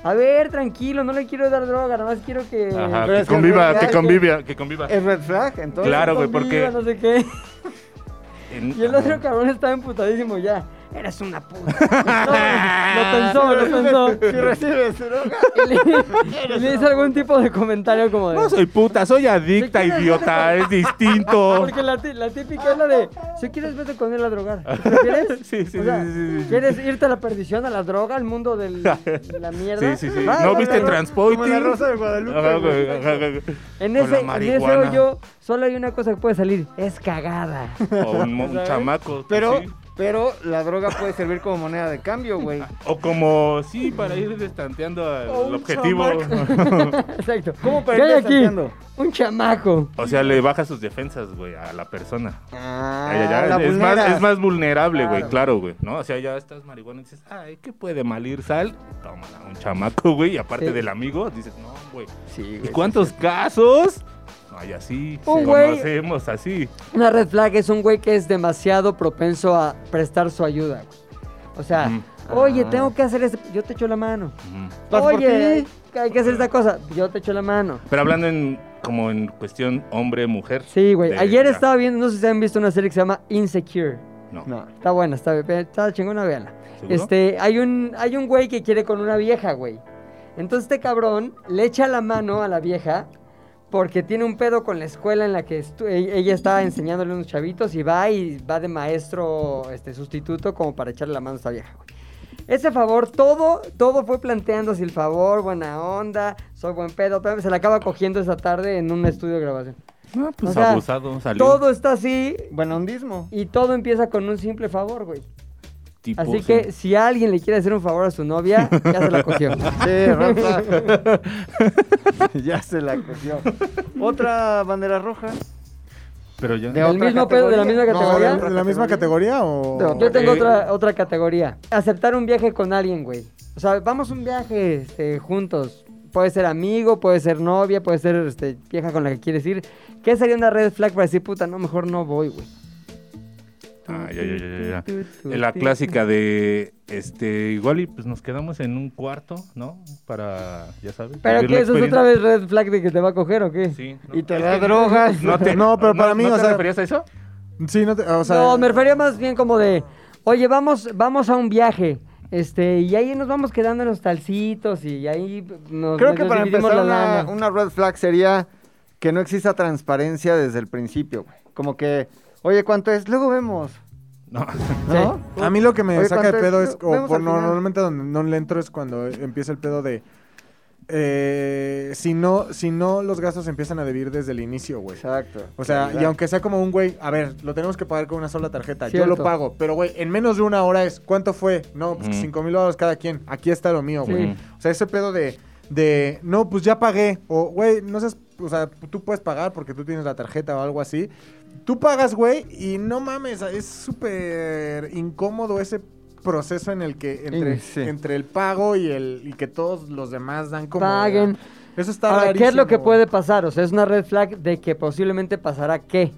S1: A ver, tranquilo, no le quiero dar droga, nada más quiero que...
S3: Ajá,
S2: Pero es
S3: que
S2: que
S3: conviva,
S2: ya-
S3: que
S2: ya-
S3: conviva, que conviva.
S2: ¿Es red flag? Entonces.
S3: Claro, güey,
S1: Conviva,
S3: porque-
S1: No sé qué.
S3: En-
S1: eh, Y el otro
S3: Ajá.
S1: cabrón estaba emputadísimo ya. Eres una puta. No, lo pensó, lo
S2: Si
S1: pensó.
S2: recibes droga.
S1: Y le, y le hizo algún tipo de comentario como de.
S3: No soy puta, soy adicta,
S1: ¿De quién es
S3: idiota, es distinto.
S1: "Ah, Porque la, ti- la típica es la de. Si quieres, vete con él a drogar. ¿Quieres?
S3: Sí, sí,
S1: O sea,
S3: sí, sí, sí, sí.
S1: ¿Quieres irte a la perdición, a la droga, al mundo de la mierda?
S3: Sí, sí, sí.
S1: Va,
S3: ¿No
S1: va,
S3: viste
S1: va, va.
S3: Transpoiting?
S2: Como la Rosa de Guadalupe,
S3: Ajá,
S2: güey.
S3: güey, ajá, güey.
S1: En
S3: Con la
S1: ese, en ese
S3: marihuana.
S1: hoyo solo hay una cosa que puede salir: es cagada.
S3: O un, mo- un chamaco.
S2: Pero,
S3: sí.
S2: pero la droga puede servir como moneda de cambio, güey.
S3: O como, sí, para ir destanteando
S2: O
S3: al
S2: un
S3: objetivo.
S1: Exacto.
S2: ¿Cómo para
S1: ¿Qué
S2: ir
S1: hay aquí?
S2: desafiando?
S1: Un chamaco.
S3: o sea, le baja sus defensas, güey, a la persona.
S2: Ah,
S3: Ya, ya,
S2: la
S3: ya, es, más,
S2: vulneras.
S3: es más vulnerable, güey,
S1: Claro.
S3: claro, güey, ¿no? O sea, ya estás marihuana y dices, ay, ¿qué puede mal ir sal? Tómala, un chamaco, güey, y aparte
S1: Sí.
S3: del amigo, dices, no, güey.
S2: Sí,
S3: ¿Y
S2: güey.
S3: cuántos casos? Ay, así,
S1: Un güey-
S3: conocemos así.
S1: Una red flag es un güey que es demasiado propenso a prestar su ayuda. güey. O sea,
S2: Ujú.
S1: oye,
S2: Ah.
S1: tengo que hacer esto. Yo te echo la mano.
S3: Ujú.
S2: Vas por
S1: oye, hay,
S2: ti.
S1: hay que hacer esta cosa. Yo te echo la mano.
S3: Pero hablando en, como en cuestión hombre-mujer.
S1: Sí, güey.
S3: de-
S1: Ayer
S3: ya.
S1: estaba viendo, no sé si han visto una serie que se llama Insecure.
S3: No,
S2: No.
S1: Está buena, está, está chingona, véanla.
S3: ¿seguro?
S1: Este, hay un, hay un güey que quiere con una vieja, güey. Entonces este cabrón le echa la mano a la vieja porque tiene un pedo con la escuela en la que estu- e- ella está enseñándole a unos chavitos y va y va de maestro este, sustituto como para echarle la mano a esta vieja, güey. Ese favor, todo, todo fue planteando si el favor, buena onda, soy buen pedo, pero se la acaba cogiendo esa tarde en un estudio de grabación.
S3: No, pues
S1: o sea,
S3: abusado, salió.
S1: Todo está así
S2: Bueno, hundismo.
S1: y todo empieza con un simple favor, güey.
S3: tipo,
S1: Así que si alguien le quiere hacer un favor a su novia, ya se la cogió.
S2: Sí, red flag. ya se la cogió. Otra bandera roja.
S3: Pero ya...
S2: De
S1: ¿Del
S2: otra
S1: mismo pedo, de la misma
S2: No,
S4: No, ¿de,
S1: categoría?
S4: la- de la misma categoría o
S2: De otra.
S1: Yo tengo
S3: Ok.
S1: otra, otra categoría. Aceptar un viaje con alguien, güey. O sea, vamos un viaje este, juntos. Puede ser amigo, puede ser novia, puede ser este, vieja con la que quieres ir. ¿Qué sería una red flag para decir, puta, no, mejor no voy, güey?
S3: Ah, ya, ya, ya, ya,
S1: Tu, tu,
S3: ya. La
S1: tu,
S3: clásica de, este, igual y pues nos quedamos en un cuarto, ¿no? Para, ya sabes.
S1: ¿Pero
S3: vivir
S1: qué?
S3: la
S1: ¿Eso es
S3: experiencia.
S1: otra vez red flag de que te va a coger o qué?
S3: Sí. no,
S2: Y te
S3: es
S2: da
S3: que-
S2: drogas.
S3: No, te-
S4: No, pero para mí,
S3: ¿no
S4: o
S3: te
S4: sea-
S3: referías a eso?
S4: Sí, no te, o sea,
S1: no, me refería más bien como de, oye, vamos, vamos a un viaje. Este, y ahí nos vamos quedando en los talcitos y ahí nos,
S2: Creo
S1: nos
S2: que para
S1: dividimos
S2: empezar
S1: la
S2: una,
S1: lana.
S2: una red flag sería que no exista transparencia desde el principio, güey. Como que, oye, ¿cuánto es? Luego vemos,
S3: No.
S2: ¿no?
S4: a mí lo que me
S2: Oye,
S4: saca de
S2: ¿cuánto es?
S4: pedo es
S2: No,
S4: o
S2: vemos
S4: por-
S2: al
S4: no-
S2: final.
S4: normalmente donde no le entro es cuando empieza el pedo de eh, si no si no los gastos se empiezan a debir desde el inicio, güey.
S2: Exacto.
S4: O sea,
S2: Claridad.
S4: y aunque sea como un güey, a ver, lo tenemos que pagar con una sola tarjeta, yo
S1: Cierto.
S4: lo pago, pero güey, en menos de una hora es, ¿cuánto fue? No, pues que
S3: Ujú.
S4: cinco mil dólares cada quien, aquí está lo mío, güey.
S1: Sí.
S4: O sea, ese pedo de, de, no, pues ya pagué, o güey, no seas, o sea, tú puedes pagar porque tú tienes la tarjeta o algo así. Tú pagas, güey, y no mames, es súper incómodo ese proceso en el que entre,
S2: Sí.
S4: entre el pago y el y que todos los demás dan como "Ah,
S1: Paguen.
S4: Eso está
S1: Ahora, ¿qué es lo
S4: rarísimo,
S1: que
S4: güey.
S1: puede pasar? O sea, es una red flag de que posiblemente pasará qué.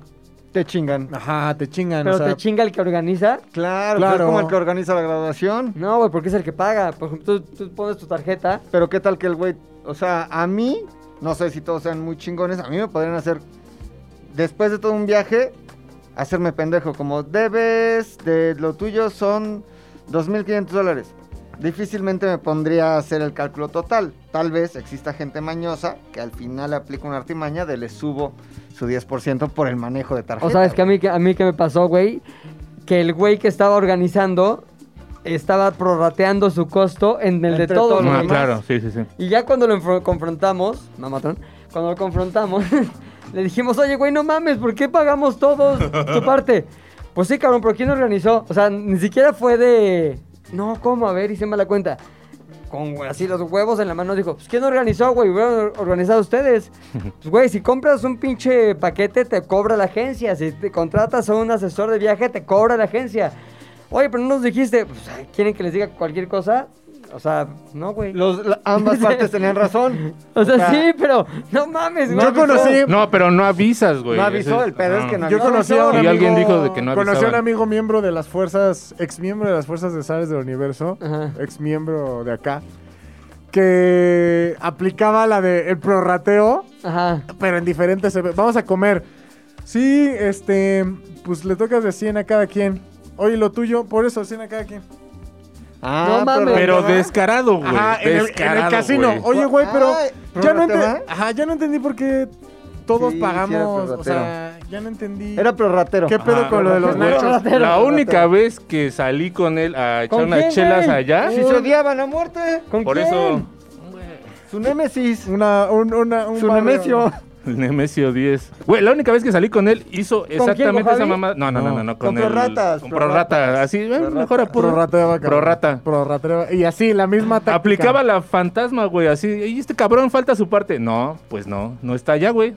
S2: Te chingan.
S4: Ajá, te chingan,
S1: Pero
S4: o sea,
S1: te chinga el que organiza.
S2: Claro,
S4: Claro.
S2: claro. es como el que organiza la graduación.
S1: No, güey, porque es el que paga. Por ejemplo, tú, tú pones tu tarjeta.
S2: Pero qué tal que el güey, o sea, a mí, no sé si todos sean muy chingones, a mí me podrían hacer, después de todo un viaje, hacerme pendejo, como debes, de lo tuyo son 2.500 dólares. Difícilmente me pondría a hacer el cálculo total. Tal vez exista gente mañosa que al final le aplica una artimaña de le subo su 10% por el manejo de tarjeta.
S1: O sabes que a mí, que- a mí que me pasó, güey, que el güey que estaba organizando estaba prorrateando su costo en el de
S2: Entre
S1: todos
S2: todos
S1: los
S2: los
S3: Ah,
S1: demás.
S3: claro, sí, sí, sí.
S1: Y ya cuando lo enfro- confrontamos, mamatón, cuando lo confrontamos, le dijimos, oye, güey, no mames, ¿por qué pagamos todos tu parte? Pues sí, cabrón, pero ¿quién organizó? O sea, ni siquiera fue de... No, ¿cómo? A ver, hice mala cuenta. Con güey, así los huevos en la mano dijo, pues ¿quién organizó, güey? Hubieran organizado ustedes. Pues güey, si compras un pinche paquete, te cobra la agencia. Si te contratas a un asesor de viaje, te cobra la agencia. Oye, pero no nos dijiste, pues, ¿quieren que les diga cualquier cosa? O sea, no, güey.
S2: Los- la- ambas partes tenían razón.
S1: O sea, sí, pero no mames, güey.
S4: Yo conocí-
S3: No, pero no avisas, güey. Ah.
S2: No avisó,
S3: Ese
S2: el pedo es que no
S4: Yo
S2: avisó.
S4: conocí a un
S3: Y
S4: amigo,
S3: alguien dijo de que no
S4: conocí a un
S3: avisaban.
S4: amigo miembro de las fuerzas, ex miembro de las fuerzas de Zares del Universo,
S1: Ajá.
S4: ex miembro de acá, que aplicaba la de el prorrateo,
S1: Ajá.
S4: pero en diferentes. eve- Vamos a comer. Sí, este, pues le tocas de 100 a cada quien. Oye, lo tuyo, por eso 100 a cada quien.
S2: Ah,
S1: No mames.
S3: Pero
S2: ¿verdad?
S3: descarado, güey.
S4: Ajá, en el, en el
S3: descarado,
S4: casino.
S3: güey.
S4: Oye, güey, pero
S2: Ay,
S4: ya no,
S2: ¿prorrateo,
S4: ente-
S2: va?
S4: Ajá, ya no entendí por qué todos
S2: Sí, sí era
S4: pagamos. o
S2: prorrateo.
S4: sea, ya no entendí.
S2: Era prorratero. Ah.
S4: ¿Qué pedo
S3: Ajá.
S4: con lo de los
S2: Era
S4: nachos?
S2: prorratero.
S3: La única vez que salí con él a echar
S1: ¿Con
S3: unas
S1: quién,
S3: chelas
S1: güey?
S3: allá,
S2: Si se odiaban a muerte.
S1: ¿Con
S3: por
S1: quién?
S3: eso
S2: Su némesis.
S4: Una, un, una, un
S2: Su
S4: barrio.
S2: nemesio.
S3: Nemesio 10. Güey, la única vez que salí con él hizo
S1: quién, con
S3: exactamente
S1: Javi?
S3: esa mamá. No, no, no, no, no,
S2: Con
S3: con, el-
S2: prorratas,
S3: Con prorrata, así, eh,
S2: prorrata.
S3: mejor a puro-
S4: Prorrata de vaca.
S3: Prorrata.
S4: Prorrata de vaca. Y así, la misma táctica.
S3: Aplicaba la fantasma, güey, así. Y este cabrón falta su parte. No, pues no, no está allá, güey.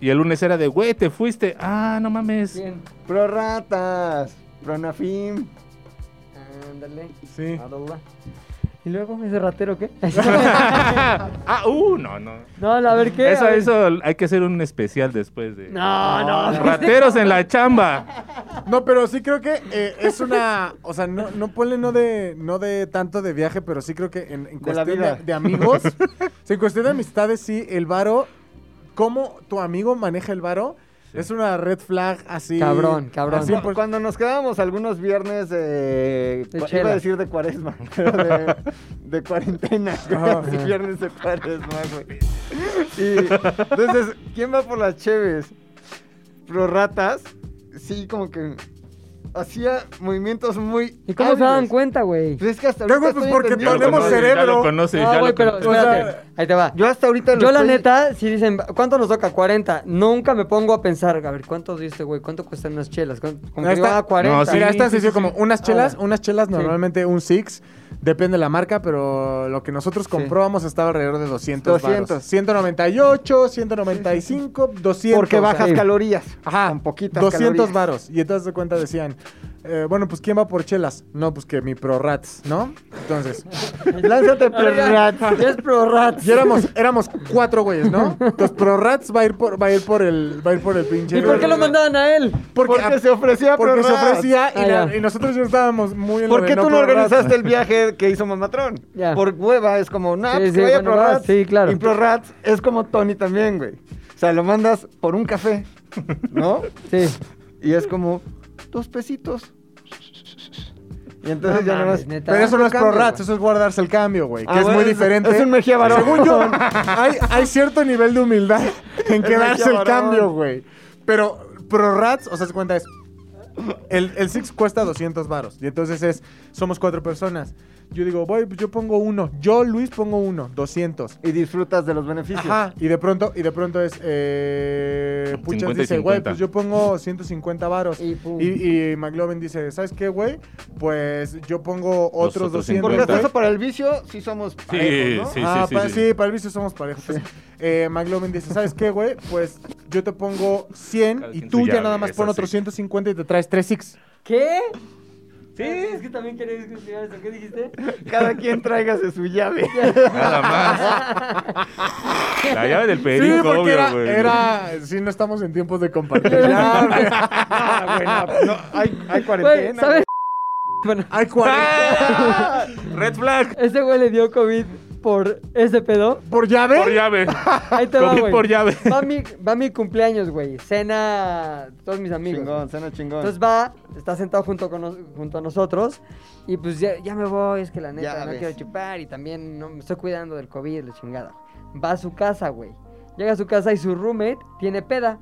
S3: Y el lunes era de, güey, te fuiste. Ah, no mames.
S1: Bien.
S2: Prorratas. Pronafim.
S1: Ándale.
S4: Sí.
S1: Adoba. ¿Y luego ese ratero qué?
S3: ah, uh, no, no.
S1: no, a ver qué.
S3: Eso,
S1: A ver.
S3: eso hay que hacer un especial después de.
S1: No, no.
S3: Rateros en la chamba.
S4: No, pero sí creo que eh, es una... O sea, no, no ponle no de, no de tanto de viaje, pero sí creo que en, en
S2: De la
S4: cuestión de,
S2: vida.
S4: de amigos... sí, en cuestión de amistades, sí, el varo... Cómo tu amigo maneja el varo es una red flag así...
S1: Cabrón, cabrón.
S4: al
S2: Cu-
S4: 100%.
S2: pues, Cuando nos quedábamos algunos viernes de...
S1: De
S2: cua-
S1: chela.
S2: iba a decir de cuaresma, pero de, de cuarentena.
S4: Ajá.
S2: Sí, viernes de cuaresma, güey. Y entonces, ¿quién va por las cheves? Prorratas. Sí, como que hacía movimientos muy
S1: ¿Y cómo se
S2: hábiles.
S1: daban cuenta, güey?
S2: Pues es que hasta
S4: Luego,
S2: ahorita
S4: pues,
S2: estoy
S4: porque
S2: entendiendo.
S4: ponemos
S3: conoces,
S4: cerebro.
S3: Ya lo conoces, ya
S1: no,
S3: lo
S1: güey, pero
S3: conoces.
S4: o sea,
S1: espérate. Ahí te va.
S2: Yo hasta ahorita lo
S1: Yo, la
S2: estoy-
S1: neta, si dicen, ¿cuánto nos toca? 40. Nunca me pongo a pensar, a ver, ¿cuánto diste, güey? ¿Cuánto cuestan unas chelas? ¿Cuán- Como que
S4: Ahí
S1: digo,
S4: está.
S1: ah, 40.
S3: No, sí.
S4: Mira, esta se hizo como unas chelas,
S1: Ahora.
S4: unas chelas normalmente un six, depende de la marca, pero lo que nosotros comprábamos estaba alrededor de 200
S2: 200.
S4: varos. 198, 195, 200.
S2: Porque
S4: o sea,
S2: bajas
S1: sí.
S2: calorías.
S4: Ajá,
S2: Con poquitas
S4: 200
S2: calorías.
S4: varos. Y entonces de cuenta decían, eh, bueno, pues ¿quién va por chelas? No, pues que mi prorats, ¿no? Entonces,
S2: Lánzate
S1: Ahora
S2: prorratas.
S1: ya- ya es pro rat.
S4: y éramos, éramos cuatro güeyes, ¿no? Entonces prorats va a ir por, va a ir por el, va a ir por el pinche.
S1: ¿Y por qué lo mandaban a él?
S2: Porque, se ofrecía
S4: porque se
S2: prorratas.
S4: ofrecía y,
S1: Ah,
S4: la-
S1: ya.
S4: y nosotros ya estábamos muy en lo
S2: Ah, ¿Por
S4: de
S2: qué tú no
S4: prorrats.
S2: organizaste el viaje que hizo Mamatrón?
S1: Ya.
S2: Por hueva es como, nah,
S1: Sí,
S2: pues
S1: sí,
S2: que vaya
S1: bueno,
S2: Prorats.
S1: vas, sí, claro.
S2: Y Prorats es como Tony también, güey. O sea, lo mandas por un café, ¿no?
S1: Sí.
S2: Y es como, dos pesitos. Y entonces
S1: No
S2: ya nada
S1: mames,
S2: más.
S1: neta.
S4: Pero eso no es
S2: Cambio,
S4: prorrats,
S2: güey.
S4: eso es guardarse el cambio, güey. Que
S2: Ah,
S4: es
S2: bueno,
S4: muy diferente.
S2: Es un Mejía Barón.
S4: Según yo, hay, hay cierto nivel de humildad en que
S2: Es
S4: darse
S2: Mejía
S4: el
S2: Barón.
S4: cambio, güey. Pero prorrats, o sea, se cuenta es. El, el Six cuesta 200 varos. Y entonces es, somos cuatro personas. Yo digo, voy, pues yo pongo uno. Yo, Luis, pongo uno. 200.
S2: Y disfrutas de los beneficios.
S4: Ajá, y de pronto, y de pronto es, eh, Puchas
S3: 50 y
S4: dice, güey,
S3: 50.
S4: pues yo pongo 150 varos.
S1: Y
S4: Y,
S1: pum.
S4: y McLovin dice, ¿sabes qué, güey? Pues yo pongo otros
S3: otros 50.
S4: 200.
S2: Porque hasta
S4: güey".
S2: eso para el vicio sí somos parejos, ¿no?
S3: sí.
S4: ah, pa- sí,
S3: sí.
S4: para el vicio somos parejos. Eh, McLovin dice, ¿sabes qué, güey? Pues yo te pongo 100
S3: Cada
S4: y
S3: quien
S4: tú
S3: su
S4: ya
S3: llave,
S4: nada más
S3: es
S4: pon
S3: así.
S4: otros 150 y te traes 3 six.
S1: ¿Qué? Sí, es que también quería discutir eso. ¿Qué dijiste?
S2: Cada quien tráigase su llave.
S3: Nada más. La llave del
S4: Sí,
S3: perico,
S4: porque
S3: obvio,
S4: era,
S3: güey.
S4: era. Sí, no estamos en tiempos de compartir. llaves.
S2: Ah, bueno, no, hay, hay cuarentena.
S1: Güey, ¿sabes? Bueno,
S4: Hay 40.
S3: ¡Ah! Red flag.
S1: este güey le dio COVID por ese pedo.
S4: ¿Por llave?
S3: Por llave.
S1: Ahí te va,
S3: COVID
S1: güey.
S3: por llave.
S1: Va mi, va mi cumpleaños, güey. Cena todos mis amigos.
S2: Chingón, cena chingón.
S1: Entonces va, está sentado junto, con nos- junto a nosotros y pues ya, ya me voy, es que la neta
S2: Ya
S1: no
S2: ves.
S1: quiero chupar y también no, me estoy cuidando del COVID, la chingada. Va a su casa, güey. Llega a su casa y su roommate tiene peda.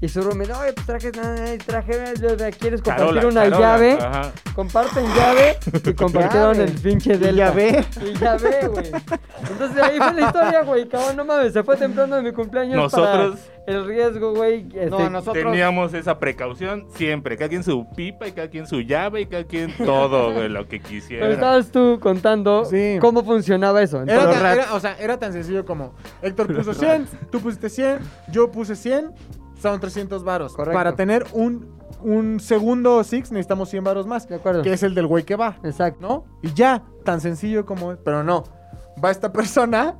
S1: Y su roommate, oye, pues traje, traje, traje ¿quieres compartir
S3: Carola,
S1: una
S3: Carola,
S1: llave?
S3: ajá.
S1: Comparten llave y compartieron
S2: Llave.
S1: el pinche
S2: Y
S1: del
S2: llave.
S1: Y llave, güey. Entonces ahí fue la historia, güey. Cabrón, no mames, se fue temprano de mi cumpleaños
S3: Nosotros-
S1: para el riesgo, güey.
S2: no,
S1: este,
S2: nosotros.
S3: Teníamos esa precaución siempre. Cada quien su pipa y cada quien su llave y cada quien todo, güey, lo que
S1: Pero
S3: quisiera.
S1: estabas tú contando
S4: Sí.
S1: cómo funcionaba eso.
S4: Era
S1: Entonces,
S4: tan, era- o sea, era tan sencillo como Héctor puso 100, tú pusiste 100, yo puse 100, son 300 varos.
S1: Correcto.
S4: Para tener un, un segundo Six necesitamos 100 varos más,
S1: de acuerdo.
S4: que es el del güey que va,
S1: Exacto.
S4: ¿no? Y ya, tan sencillo como es, pero no. Va esta persona,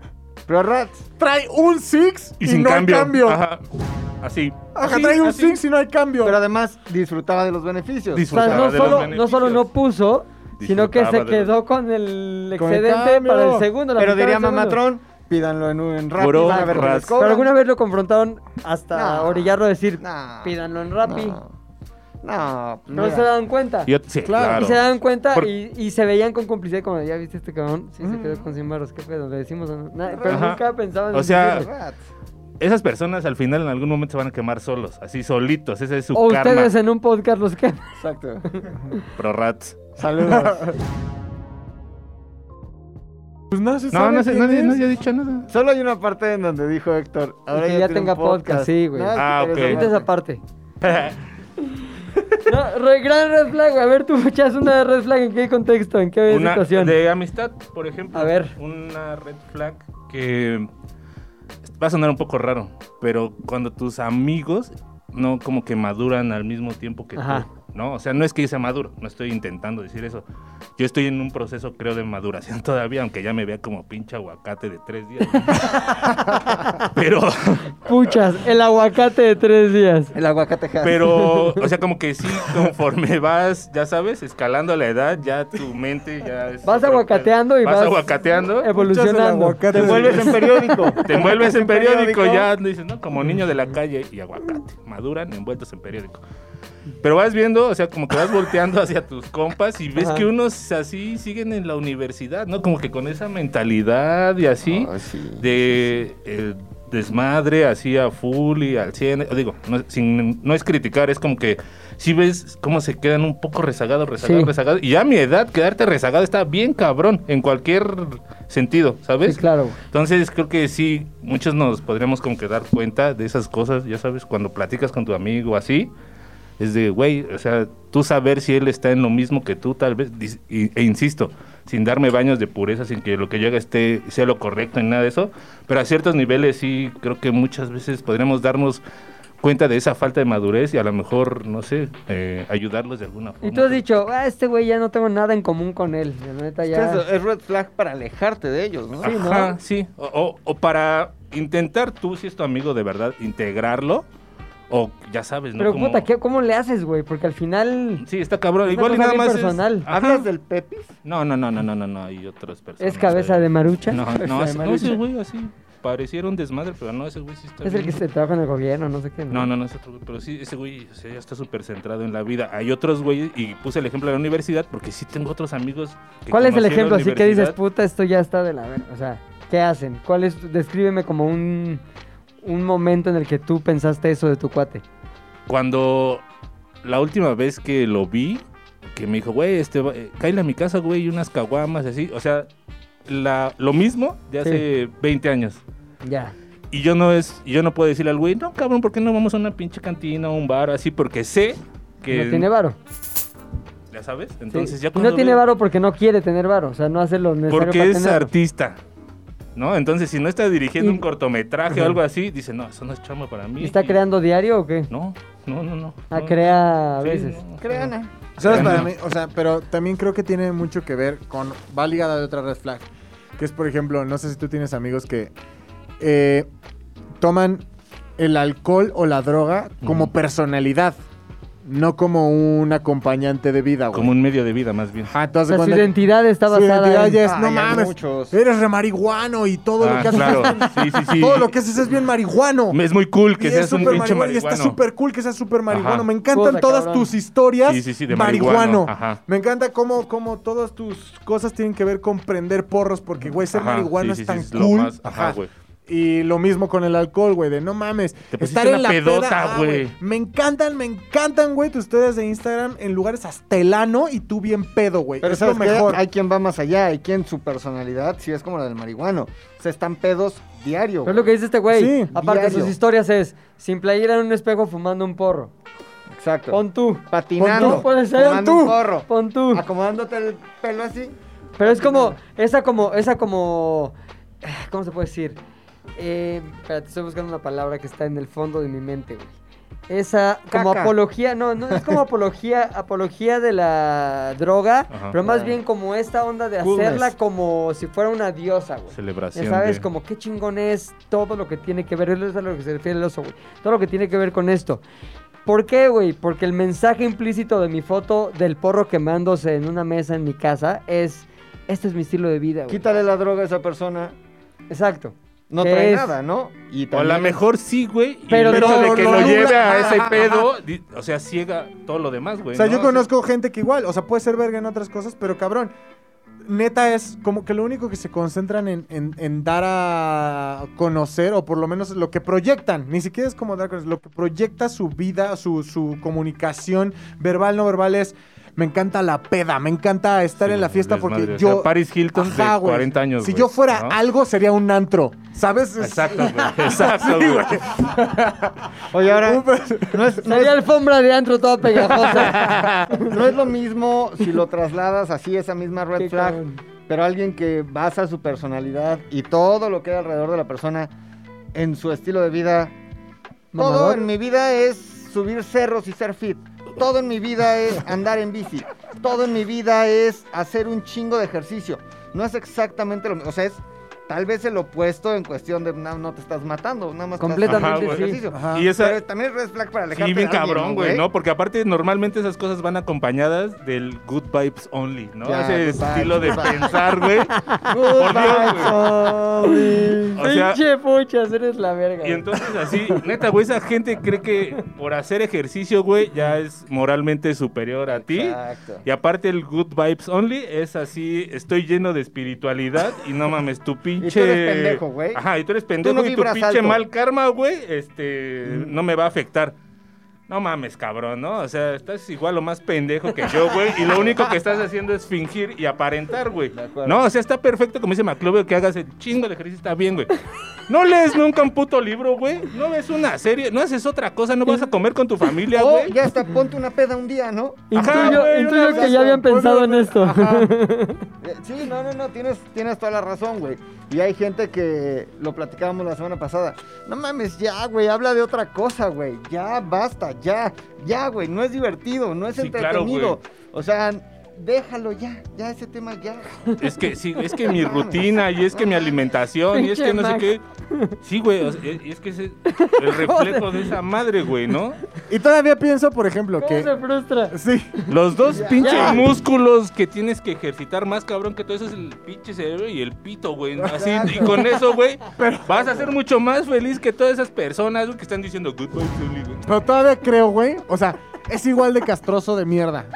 S2: Pero Rats,
S4: trae un Six y,
S3: Y sin
S4: no
S3: cambio.
S4: hay cambio. Ajá,
S3: Ajá. Así. Así,
S4: trae un
S3: así.
S4: Six y no hay cambio.
S2: pero además disfrutaba de los beneficios.
S1: O sea,
S3: Disfrutaba
S1: no
S3: pues, de los
S1: solo, no solo no
S3: beneficios.
S1: puso, sino que se
S3: Disfrutaba de
S1: quedó con el
S4: Con el
S1: excedente
S4: cambio.
S1: para el segundo. la
S2: Pero
S1: mitad del
S2: diría
S1: segundo.
S2: Mamatrón, pídanlo en, un- en Rappi,
S3: Puro
S2: van a ver qué les
S3: Rats.
S1: Pero
S2: cobran.
S1: alguna vez lo confrontaron hasta
S2: No.
S1: orillarlo a decir,
S2: No,
S1: pídanlo en Rappi.
S2: No, no, pues
S1: No
S2: mira.
S1: se dan cuenta.
S3: Yo- sí,
S4: Claro.
S3: claro.
S1: Y se dan cuenta
S3: Por-
S1: y, y se veían con complicidad, como ya viste este cabrón, sí se
S2: Mm.
S1: quedó con 100 barros, qué pedo, le decimos o no. Nah, pero
S3: Ajá.
S1: nunca pensaban en
S3: O sea,
S1: decirle.
S2: Rats.
S3: Esas personas al final en algún momento se van a quemar solos, así solitos. Ese es su
S1: o
S3: karma.
S1: ustedes en un podcast los que...
S2: Exacto.
S3: Pro rats.
S2: Saludos.
S4: Pues no se
S3: No,
S4: sabe
S3: no, sé,
S4: quién
S3: nadie,
S4: es.
S3: nadie ha dicho nada.
S2: Solo hay una parte en donde dijo Héctor. Ahora
S1: que
S2: ya,
S1: ya
S2: tiene
S1: tenga
S2: un
S1: podcast, sí, güey.
S2: es que
S3: Ah,
S2: quería
S3: ok.
S1: Ponte
S2: esa
S1: esa
S2: parte.
S1: parte. No, re- gran red flag, güey. A ver, tú echas una red flag en qué contexto, en qué
S3: Una
S1: situación.
S3: de amistad, por ejemplo.
S1: A ver.
S3: Una red flag que va a sonar un poco raro, pero cuando tus amigos no como que maduran al mismo tiempo que
S1: Ajá.
S3: tú, ¿no? O sea, no es que yo sea maduro, no estoy intentando decir eso. Yo estoy en un proceso, creo, de maduración todavía, aunque ya me vea como pinche aguacate de tres días. pero,
S1: Puchas, el aguacate de tres días.
S2: El aguacate Hass.
S3: pero, o sea, como que sí, conforme vas, ya sabes, escalando la edad, ya tu mente ya es
S1: Vas
S3: otro
S1: aguacateando
S3: pedo.
S1: y vas em,
S3: aguacateando.
S1: pues
S4: Muchas del
S1: Evolucionando.
S4: aguacate.
S2: Te vuelves en periódico.
S3: Te envuelves en
S2: En periódico.
S3: periódico, ya dices, ¿no? Como niño de la calle y aguacate. Maduran envueltos en periódico. Pero vas viendo, o sea, como que vas volteando hacia tus compas y ves
S1: Ajá.
S3: que unos así siguen en la universidad, ¿no? Como que con esa mentalidad y así
S2: Ay, sí.
S3: de eh, desmadre, así a full y al 100. Digo, no, sin- no es criticar, es como que si ves cómo se quedan un poco rezagados, rezagados,
S1: Sí.
S3: rezagados. Y ya a mi edad, quedarte rezagado está bien cabrón en cualquier sentido, ¿sabes?
S1: Sí, claro, güey.
S3: Entonces creo que sí, muchos nos podríamos como que dar cuenta de esas cosas, ya sabes, cuando platicas con tu amigo así, es de, güey, o sea, tú saber si él está en lo mismo que tú, tal vez, dis- y- e insisto, sin darme baños de pureza, sin que lo que yo haga esté, sea lo correcto ni nada de eso, pero a ciertos niveles sí creo que muchas veces podríamos darnos cuenta de esa falta de madurez y a lo mejor, no sé, eh, ayudarlos de alguna forma.
S1: Y tú has dicho, ah, este güey ya no tengo nada en común con él. La neta
S2: Es que
S1: ya.
S2: eso es red flag para alejarte de ellos, ¿no?
S3: Ajá, sí. O, o- o para intentar tú, si es tu amigo de verdad, integrarlo. O ya sabes, ¿no?
S1: Pero
S3: Como-
S1: puta, ¿qué- ¿cómo le haces, güey? Porque al final
S3: Sí, está cabrón.
S1: Una
S3: Igual y
S1: cosa
S3: nada
S1: bien
S3: más. es-
S1: personal.
S3: Ajá.
S2: ¿Hablas del Pepis?
S3: No, no, no, no, no, no, no. Hay otras personas.
S1: es cabeza
S3: güey.
S1: de marucha.
S3: No,
S2: cabeza
S3: no,
S2: de
S3: ese- no,
S2: marucha.
S3: ese güey así. Pareciera un desmadre, pero no, ese güey sí está.
S1: Es el
S3: bien.
S1: que se trabaja en el gobierno, no sé qué.
S3: No, no, no es otro güey, pero sí, ese güey o sea, ya está súper centrado en la vida. Hay otros güeyes, y puse el ejemplo de la universidad, porque sí tengo otros amigos. que
S1: ¿Cuál es el
S3: conocí en la
S1: ejemplo así que dices,
S3: universidad.
S1: puta, esto ya está de la verga? O sea, ¿qué hacen? ¿Cuál es? tu- Descríbeme como un, un momento en el que tú pensaste eso de tu cuate.
S3: Cuando la última vez que lo vi, que me dijo, güey, este, va- eh, cáele a mi casa, güey, y unas caguamas, así. O sea, la, lo mismo de
S1: Sí.
S3: hace 20 años.
S1: Ya.
S3: Y yo no es, y yo no puedo decirle al güey, no, cabrón, ¿por qué no vamos a una pinche cantina o un bar así? Porque sé que.
S1: No tiene varo.
S3: ¿Ya sabes? Entonces
S1: Entonces,
S3: ya cuando
S1: no tiene
S3: veo-
S1: varo porque no quiere tener varo. O sea, no hace lo necesario
S3: Porque
S1: para
S3: es
S1: tenerlo.
S3: artista. ¿No? Entonces, si no está dirigiendo
S1: Y-
S3: un cortometraje o algo así, dice, no, eso no es chamba para mí.
S1: ¿Y ¿Está
S3: Y-
S1: creando diario o qué?
S3: No, no, no, no.
S1: Ah,
S3: no.
S1: crea a
S3: Sí,
S1: veces.
S3: no,
S2: Creana.
S4: ¿Sabes
S3: Ajá.
S4: para mí? O sea, pero también creo que tiene mucho que ver con. Va ligada de otra red flag. Que es, por ejemplo, no sé si tú tienes amigos que eh, toman el alcohol o la droga como
S3: Ujú.
S4: personalidad, no como un acompañante de vida, güey.
S3: Como un medio de vida, más bien.
S4: Ajá, entonces,
S1: O sea, su
S4: cuando-
S1: identidad está
S4: su
S1: basada
S4: identidad
S1: en-
S4: ya es,
S2: Ah,
S4: no
S2: ya hay
S4: mames,
S2: muchos.
S4: eres remarihuano y todo lo
S3: Ah,
S4: que haces.
S3: claro. Sí, sí, sí.
S4: Todo lo que haces es bien marihuano.
S3: Es muy cool
S4: Y
S3: que
S4: es
S3: seas un
S4: súper
S3: pinche
S4: marihuana, y
S3: marihuano.
S4: está súper cool que seas súper marihuano.
S3: Ajá.
S4: Me encantan
S1: Cosa,
S4: todas
S1: cabrón.
S4: tus historias
S3: Sí, sí, sí, de
S4: marihuano.
S3: marihuano, ajá.
S4: Me encanta cómo, cómo todas tus cosas tienen que ver con prender porros, porque, güey, ser
S3: Ajá,
S4: marihuano
S3: sí,
S4: es
S3: sí, sí,
S4: tan
S3: es lo
S4: cool.
S3: más- ajá,
S4: ajá.
S3: güey.
S4: Y lo mismo con el alcohol, güey, de no mames.
S3: pusiste una pedota,
S4: ah,
S3: güey.
S4: Me encantan, me encantan, güey, tus historias de Instagram en lugares hasta el ano y tú bien pedo, güey.
S2: Pero
S4: es lo
S2: ¿sabes qué?
S4: mejor.
S2: Hay quien va más allá, hay quien su personalidad sí es como la del marihuano. Se están pedos diario.
S1: Pero es lo que dice este güey.
S4: Sí,
S1: Aparte,
S2: diario.
S1: sus historias es sin playera en un espejo fumando un porro.
S2: Exacto.
S1: Pon tú.
S2: Patinando.
S1: Pon tú, puede ser.
S2: fumando
S1: Pon tú.
S2: un porro,
S1: Pon tú.
S2: Acomodándote el pelo así.
S1: Pero es como, esa como, esa como, ¿cómo se puede decir? Eh, espérate, estoy buscando una palabra que está en el fondo de mi mente, güey. Esa, como
S2: Caca.
S1: apología, no, no, es como apología, apología de la droga,
S3: Ajá.
S1: pero más
S2: Ah.
S1: bien como esta onda de
S4: Coolness.
S1: hacerla como si fuera una diosa, güey.
S3: Celebración.
S1: Ya sabes,
S3: de-
S1: como qué chingón es todo lo que tiene que ver, eso es a lo que se refiere el oso, güey. Todo lo que tiene que ver con esto. ¿Por qué, güey? Porque el mensaje implícito de mi foto del porro quemándose en una mesa en mi casa es, este es mi estilo de vida, güey.
S2: Quítale la droga a esa persona.
S1: Exacto.
S2: No
S1: ¿Qué
S2: trae
S1: es?
S2: nada, ¿no? Y
S3: O a lo
S2: también-
S3: mejor sí, güey. y
S1: Pero
S3: el hecho
S4: no,
S3: de que
S4: no,
S3: lo
S4: no,
S3: lleve
S4: no,
S3: a ese
S4: ajá,
S3: pedo, di- o sea, ciega todo lo demás, güey.
S4: O sea,
S3: ¿no?
S4: yo conozco gente que igual, o sea, puede ser verga en otras cosas, pero cabrón, neta es como que lo único que se concentran en, en- en dar a conocer, o por lo menos lo que proyectan, ni siquiera es como dar a conocer, lo que proyecta su vida, su, su comunicación verbal, no verbal es, me encanta la peda, me encanta estar
S3: Sí,
S4: en la fiesta
S3: el
S4: porque
S3: desmadre, o sea,
S4: yo...
S3: Paris Hilton de
S4: Ajá, güey.
S3: 40 años,
S4: Si
S3: güey,
S4: yo fuera
S3: ¿no?
S4: algo, sería un antro, ¿sabes? Es-
S3: Exacto, güey. Exacto, güey.
S2: Oye, ahora. No es, no,
S1: Sería
S2: es,
S1: alfombra de antro toda pegajosa.
S2: no es lo mismo si lo trasladas así, esa misma red
S1: Qué
S2: flag.
S1: cabrón.
S2: Pero alguien que basa su personalidad y todo lo que hay alrededor de la persona en su estilo de vida. Todo
S1: Mamador.
S2: en mi vida es subir cerros y ser fit. Todo en mi vida es andar en bici. Todo en mi vida es hacer un chingo de ejercicio. No es exactamente lo mismo. O sea, es tal vez el opuesto en cuestión de no, no te estás matando. Nada más estás
S1: Completamente
S2: haciendo
S1: sí.
S2: ejercicio.
S4: Ajá.
S3: Y esa,
S2: Pero también es red flag para alejarte
S3: Sí, bien
S2: de alguien,
S3: cabrón, güey, ¿no? Porque aparte normalmente esas cosas van acompañadas del good vibes only, ¿no?
S2: Ya,
S3: Ese
S2: good
S3: estilo de
S2: vibes, good
S3: pensar, güey. Por Dios, güey. O sea,
S1: Pinche puchas, eres la verga.
S3: y
S1: güey.
S3: entonces así, neta, güey, esa gente cree que por hacer ejercicio, güey, ya es moralmente superior a ti.
S2: Exacto.
S3: Y aparte el good vibes only es así, estoy lleno de espiritualidad y no mames, tu pinche...
S2: eres pendejo, güey.
S3: Ajá, y tú eres pendejo
S2: no
S3: y tu
S2: vibras
S3: pinche
S2: alto. Mm.
S3: mal karma, güey, este, no me va a afectar. No mames, cabrón, ¿no? O sea, estás igual o más pendejo que yo, güey, y lo único que estás haciendo es fingir y aparentar, güey.
S2: acuerdo.
S3: No, o sea, está perfecto, como dice McClove, que hagas el chingo de ejercicio, está bien, güey. No lees nunca un puto libro, güey. No ves una serie, no haces otra cosa, no vas a comer con tu familia,
S2: O
S3: güey.
S2: ya hasta ponte una peda un día, ¿no?
S3: Ajá,
S1: Intuyo,
S3: güey,
S1: intuyo
S3: una
S1: que ya
S3: razón.
S1: habían pensado en esto.
S2: Eh, Sí, no, no, no, tienes, tienes toda la razón, güey. Y hay gente que lo platicábamos la semana pasada. No mames, ya, güey, habla de otra cosa, güey. Ya, basta, ya, ya, güey. No es divertido, no es
S3: Sí, claro,
S2: entretenido. o sea, déjalo ya, ya ese tema ya.
S3: Es que sí, es que mi rutina y es que mi alimentación y es que no sé qué. Sí, güey, o sea, y es que es el reflejo de esa madre, güey, ¿no?
S4: Y todavía pienso, por ejemplo,
S1: ¿Cómo
S4: que...
S1: se frustra?
S4: Sí.
S3: Los dos pinches
S1: Ya.
S3: músculos que tienes que ejercitar más cabrón que todo eso es el pinche cerebro y el pito, güey. ¿no? Así, y con eso, güey, vas a ser mucho más feliz que todas esas personas güey, que están diciendo good vibes only, güey.
S4: Pero todavía creo, güey. O sea, es igual de castroso de mierda.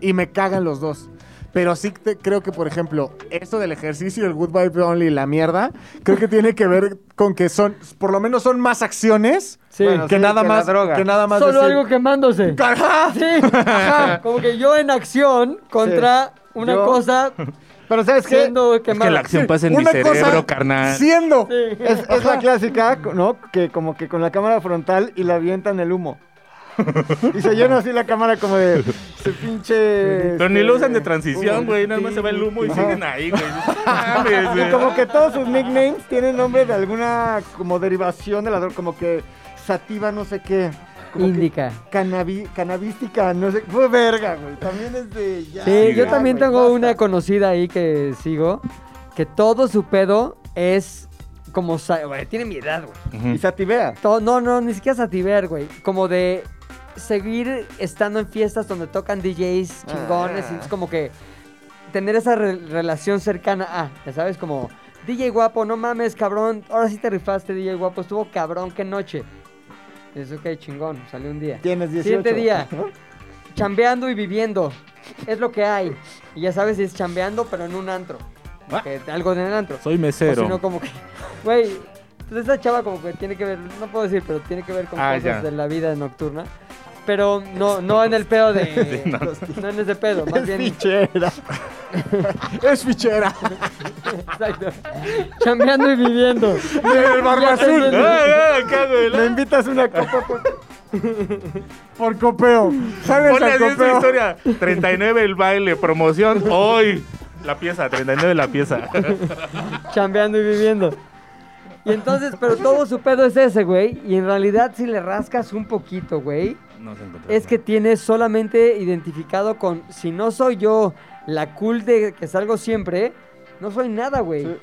S4: Y me cagan los dos. Pero sí te- creo que, por ejemplo, esto del ejercicio, el good vibe only y la mierda, creo que tiene que ver con que son, por lo menos son más acciones
S1: Sí.
S2: Bueno,
S4: que,
S2: sí,
S4: nada
S2: que la
S4: más,
S2: droga.
S4: que nada más.
S1: Solo
S4: decir-
S1: algo quemándose.
S4: ¡Ajá!
S1: Sí, ajá, como que yo en acción contra una
S2: Yo-
S1: cosa
S2: Pero ¿sabes qué?
S1: siendo
S3: Es que la
S1: quemada.
S3: acción pasa en mi
S4: Una cosa
S3: cerebro, carnal.
S4: Siendo.
S1: Sí.
S2: Es, es la clásica, ¿no? Que como que con la cámara frontal y la avientan el humo. Y se llena así la cámara como de ese pinche...
S3: Pero ni
S2: este,
S3: lo usan de transición,
S2: humo.
S3: güey. Nada más se va el humo y
S2: Ajá.
S3: siguen ahí, güey. Mames,
S2: Y
S3: güey.
S2: como que todos sus nicknames tienen nombre de alguna como derivación de la droga, como que sativa no sé qué, como que
S1: Indica.
S2: Cannabi, cannabística, no sé. Fue verga, güey. También es de. ya,
S1: Sí, yo
S3: güey,
S2: ya,
S1: también
S2: güey,
S1: tengo
S2: basta.
S1: una conocida ahí que sigo, que todo su pedo es como... sa- güey, tiene mi edad, güey.
S4: Mm.
S2: Y Sativea.
S1: To- no, no, ni siquiera sativer, güey. Como de seguir estando en fiestas donde tocan DJs chingones.
S2: Ah.
S1: Y es como que tener esa re- relación cercana a, ya sabes, como DJ guapo, no mames, cabrón. Ahora sí te rifaste, DJ guapo. Estuvo cabrón, qué noche. Es ok, chingón, salió un día.
S2: Tienes 18.
S1: Siguiente día.
S2: ¿no?
S1: Chambeando y viviendo. Es lo que hay. Y ya sabes, es chambeando, pero en un antro.
S3: Ah.
S1: Que- algo en el antro.
S3: Soy
S1: O si no,
S3: mesero.
S1: como que. Güey, pues esta chava como que tiene que ver, no puedo decir, pero tiene que ver con
S3: Ah,
S1: cosas
S3: ya.
S1: de la vida nocturna. Pero no, no en el pedo de. no. en ese pedo, más
S2: Es
S1: bien.
S2: fichera.
S4: Es fichera.
S1: Exacto. Chambeando y viviendo.
S4: Del barba
S1: Ya
S4: azul.
S1: entendí.
S3: Ah, ah, cago en la-
S2: Le invitas una copa. por-
S4: Por copeo. Sales
S3: Ponle
S4: al
S3: así en su
S4: copeo.
S3: historia. 39 el baile, promoción hoy. La pieza, 39 la pieza.
S1: Chambeando y viviendo. Y entonces, pero todo su pedo es ese, güey. Y en realidad, si le rascas un poquito, güey,
S3: No se encuentra.
S1: es que tienes solamente identificado con. Si no soy yo la cool de que salgo siempre, no soy nada, güey.
S2: Sí,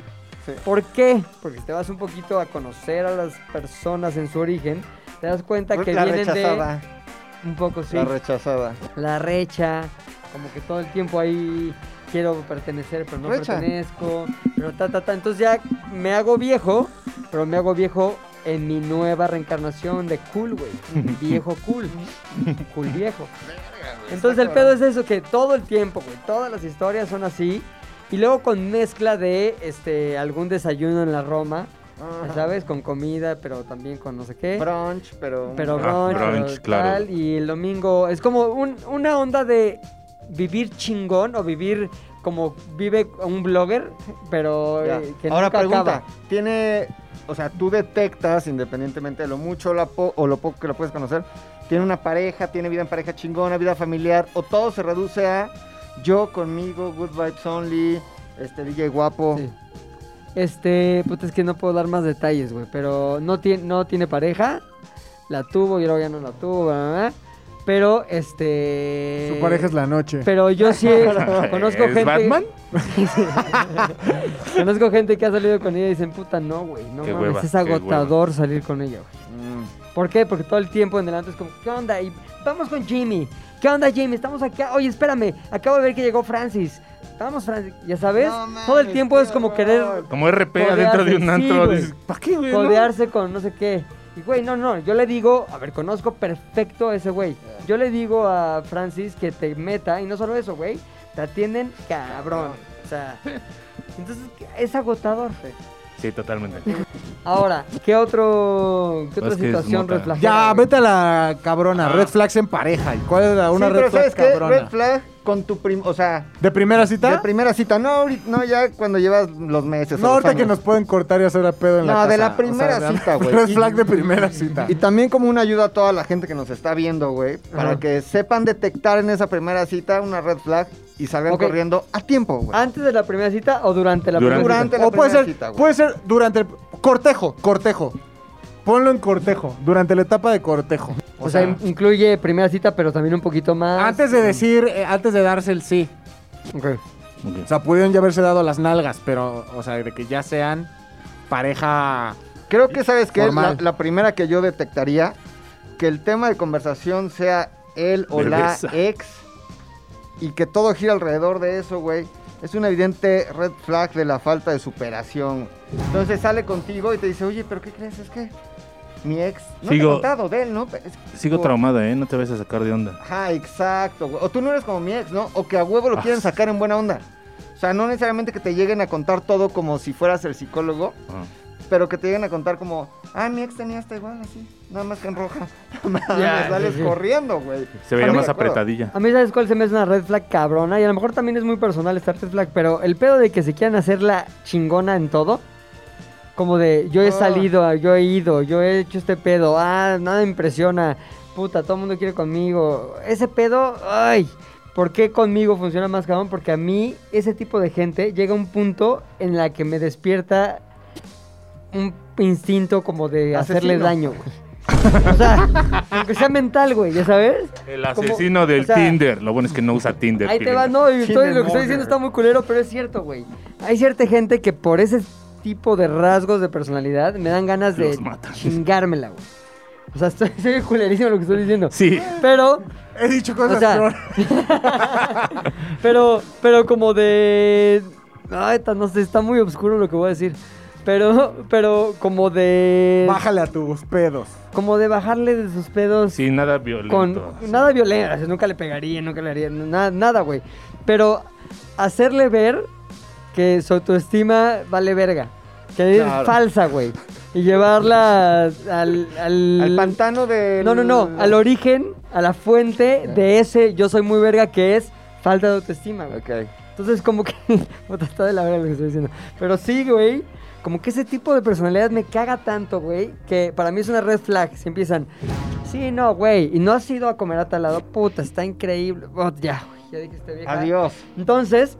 S2: sí.
S1: ¿Por qué? Porque te vas un poquito a conocer a las personas en su origen, te das cuenta que
S2: La
S1: vienen
S2: rechazada.
S1: de un poco sí,
S2: La
S1: la,
S2: rechazada.
S1: recha, como que todo el tiempo ahí quiero pertenecer pero no
S2: Recha.
S1: pertenezco, pero ta ta ta, entonces ya me hago viejo, pero me hago viejo en mi nueva reencarnación de cool, güey, viejo cool, cool viejo. Entonces el pedo es eso, que todo el tiempo, güey, todas las historias son así. Y luego con mezcla de este algún desayuno en la Roma, ya
S2: Ajá.
S1: ¿sabes? Con comida, pero también con no sé qué.
S2: Brunch, pero.
S1: pero
S3: Ah,
S1: brunch,
S3: brunch,
S1: pero
S3: claro.
S1: tal, y el domingo es como un- una onda de vivir chingón o vivir como vive un blogger, pero
S2: Ya.
S1: eh, que
S2: Ahora
S1: nunca
S2: pregunta,
S1: acaba.
S2: ¿tiene, o sea, tú detectas, independientemente de lo mucho o la po- o lo poco que lo puedes conocer, tiene una pareja, tiene vida en pareja chingona, vida familiar, o todo se reduce a yo conmigo, good vibes only, este DJ guapo?
S1: Sí. Este, puta, es que no puedo dar más detalles, güey. Pero no tiene, no tiene pareja. La tuvo y luego ya no la tuvo, bla, bla, bla. Pero, este.
S4: Su pareja es la noche.
S1: Pero yo sí conozco
S3: ¿Es
S1: gente.
S3: Batman?
S1: conozco gente que ha salido con ella y dicen, puta, no, güey. No
S3: Qué
S1: mames,
S3: hueva,
S1: es
S3: qué hueva.
S1: agotador salir con ella, güey.
S2: Mm.
S1: ¿Por qué? Porque todo el tiempo en delante es como, ¿qué onda? Y vamos con Jimmy. ¿Qué onda, Jimmy? Estamos acá. Oye, espérame. Acabo de ver que llegó Francis. Vamos, Francis. ¿Ya sabes?
S2: No
S1: todo el
S2: mames,
S1: tiempo es
S2: qué
S1: como
S2: horror.
S1: querer
S3: Como RP adentro de un
S1: Codearse, sí,
S3: antro.
S1: güey.
S3: dices, ¿Para qué, güey? no?
S1: codearse con no sé qué. Y güey, no, no, yo le digo, a ver, conozco perfecto a ese güey.
S4: Ah.
S1: Yo le digo a Francis que te meta, y no solo eso, güey, te atienden cabrón. O sea, entonces es agotador, güey.
S3: Sí, totalmente.
S1: Ahora, ¿qué otro qué
S3: No,
S1: otra
S3: es que es
S1: situación
S3: mota.
S1: reflejada?
S4: Ya,
S1: güey?
S4: vete a la cabrona. Red flags en pareja. ¿Y ¿Cuál es la, una
S2: Sí,
S4: red
S2: pero
S4: flag
S2: ¿sabes qué?
S4: cabrona?
S2: Red flag con tu primo, o sea,
S4: ¿De primera
S2: de
S4: cita?
S2: primera cita, no, ahorita- no ya cuando llevas los meses.
S4: no,
S2: o los
S4: ahorita que
S2: años.
S4: nos pueden cortar y hacer a pedo en la
S2: No,
S4: casa.
S2: de la
S4: O sea,
S2: primera
S4: de-
S2: cita, güey.
S4: Red
S2: Y-
S4: flag de primera cita.
S2: Y también como una ayuda a toda la gente que nos está viendo, güey, para
S1: Ajá.
S2: que sepan detectar en esa primera cita una red flag y salgan
S1: Ok. Ah.
S2: corriendo a tiempo, güey.
S1: ¿Antes de la primera cita o durante la
S3: Durante.
S1: primera
S2: Durante
S1: cita?
S2: la
S4: o puede
S2: primera
S4: ser,
S2: cita, güey.
S4: puede ser durante el cortejo, cortejo. Ponlo en cortejo, durante la etapa de cortejo.
S1: O sea, in- incluye primera cita, pero también un poquito más.
S4: antes de decir, eh, antes de darse el sí.
S1: Ok.
S4: O sea, pudieron ya haberse dado las nalgas, pero, o sea, de que ya sean pareja.
S2: Creo que sabes que la,
S4: Formal.
S2: la primera que yo detectaría que el tema de conversación sea él o la
S3: Bebesa.
S2: ex y que todo gira alrededor de eso, güey. Es una evidente red flag de la falta de superación. Entonces sale contigo y te dice, oye, pero ¿qué crees? Es que mi ex no te he
S3: Sigo-
S2: contado de él, ¿no? Es-
S3: Sigo
S2: o-
S3: traumada, ¿eh? No te vayas a sacar de onda.
S2: Ajá, exacto, güey. O tú no eres como mi ex, ¿no? O que a huevo
S3: Ah.
S2: lo quieren sacar en buena onda. O sea, no necesariamente que te lleguen a contar todo como si fueras el psicólogo,
S3: Ah.
S2: pero que te lleguen a contar como, ah, mi ex tenía esta igual, así, nada más que en roja. Mames,
S1: Ya,
S2: sales
S1: sí, sí.
S2: corriendo, güey.
S3: Se vería
S2: También
S3: más
S2: de acuerdo.
S3: apretadilla.
S1: A mí, ¿sabes cuál se me hace una red flag cabrona? Y a lo mejor también es muy personal esta red flag, pero el pedo de que se quieran hacer la chingona en todo. Como de, yo he
S2: Ah.
S1: salido, ah, yo he ido, yo he hecho este pedo, ah, nada me impresiona, puta, todo el mundo quiere conmigo. Ese pedo, ay, ¿por qué conmigo funciona más cabrón? Porque a mí, ese tipo de gente llega a un punto en la que me despierta un instinto como de hacerle
S2: Asesino.
S1: daño, güey. O sea, aunque sea mental, güey, ¿ya sabes?
S3: El
S1: Como-
S3: asesino del
S1: o sea,
S3: Tinder. Lo bueno es que no usa Tinder.
S1: Ahí te
S3: Pirela.
S1: va, no, y estoy-
S2: Tinder
S1: lo que estoy diciendo
S2: Monger.
S1: está muy culero, pero es cierto, güey. Hay cierta gente que por ese tipo de rasgos de personalidad me dan ganas de
S3: Los matan.
S1: chingármela, güey. O sea, estoy, soy culerísimo lo que estoy diciendo.
S3: Sí.
S1: Pero,
S4: He dicho cosas
S1: O sea,
S4: peor.
S1: pero, pero como de... Ay, ta- no sé, está muy oscuro lo que voy a decir. Pero, pero como de...
S4: eh, Bájale a tus pedos.
S1: Como de bajarle de sus pedos.
S3: Sí, nada
S1: con
S3: violento. sí.
S1: nada violento, o sea, nunca le pegaría, nunca le haría na- nada, güey. Pero hacerle ver que su autoestima vale verga, que
S2: Claro.
S1: es falsa, güey, y llevarla al, al-
S2: Al pantano de.
S1: no, no, no, al origen, a la fuente de ese yo soy muy verga que es falta de autoestima, güey.
S2: Ok.
S1: Entonces, como que. puta, está de la verga lo que estoy diciendo. Pero sí, güey. Como que ese tipo de personalidad me caga tanto, güey. Que para mí es una red flag. Si empiezan. Sí, no, güey. Y no has ido a comer a tal lado. Puta, está increíble. Oh, ya, güey. Ya dije este vieja.
S2: Adiós.
S1: Entonces,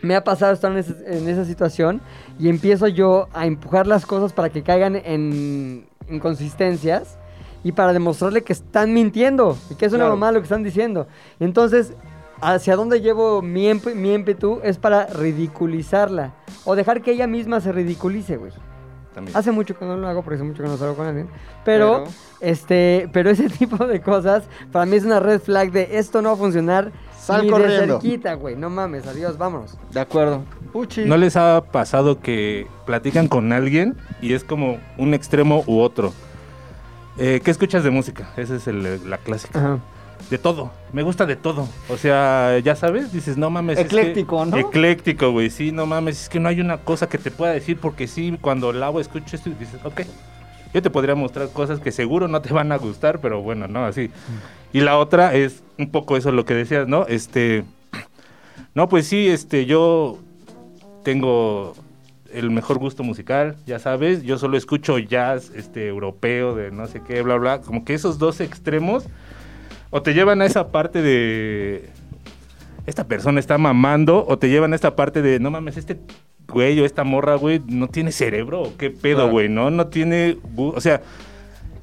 S1: me ha pasado estar en, ese- en esa situación. Y empiezo yo a empujar las cosas para que caigan en inconsistencias. Y para demostrarle que están mintiendo. Y que es una
S2: Claro.
S1: mamá lo que están diciendo. Entonces, hacia dónde llevo mi, ímp- mi ímpetu es para ridiculizarla. O dejar que ella misma se ridiculice, güey.
S3: También.
S1: Hace mucho que no lo hago porque hace mucho que no salgo con alguien. Pero,
S2: Pero-
S1: este, pero ese tipo de cosas para mí es una red flag de esto no va a funcionar.
S2: Sal
S1: ni De
S2: corriendo.
S1: cerquita, güey. No mames, adiós, vámonos.
S2: De acuerdo. Puchi.
S3: ¿No les ha pasado que platican con alguien y es como un extremo u otro? Eh, ¿Qué escuchas de música? Esa es el- la clásica.
S1: Ajá.
S3: De todo. Me gusta de todo. O sea, ya sabes, dices, no mames. es que-
S2: Ecléctico, ¿no?
S3: Ecléctico, güey. Sí, no mames. Es que no hay una cosa que te pueda decir porque sí, cuando lavo escucho esto y dices, ok. Yo te podría mostrar cosas que seguro no te van a gustar, pero bueno, no, así. Y la otra es un poco eso lo que decías, ¿no? Este. No, pues sí, este, yo tengo el mejor gusto musical, ya sabes, yo solo escucho jazz, este, europeo, de no sé qué, bla, bla, como que esos dos extremos, o te llevan a esa parte de, esta persona está mamando, o te llevan a esta parte de, no mames, este güey o esta morra, güey, no tiene cerebro, o qué pedo,
S2: Claro.
S3: güey, ¿no? No tiene, gu- o sea,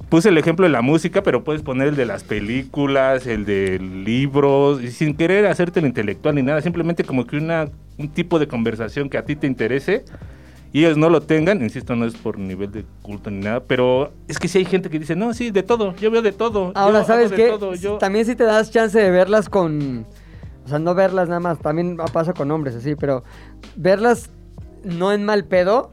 S3: puse el ejemplo de la música, pero puedes poner el de las películas, el de libros, y sin querer hacerte el intelectual ni nada, simplemente como que una, un tipo de conversación que a ti te interese y ellos no lo tengan, insisto, no es por nivel de culto ni nada, pero es que si hay gente que dice, no, sí, de todo, yo veo de todo.
S1: Ahora,
S3: yo
S1: ¿sabes
S3: hago de
S1: qué?
S3: todo, yo-".
S1: También si te das chance de verlas con... O sea, no verlas nada más. También pasa con hombres así, pero verlas no en mal pedo,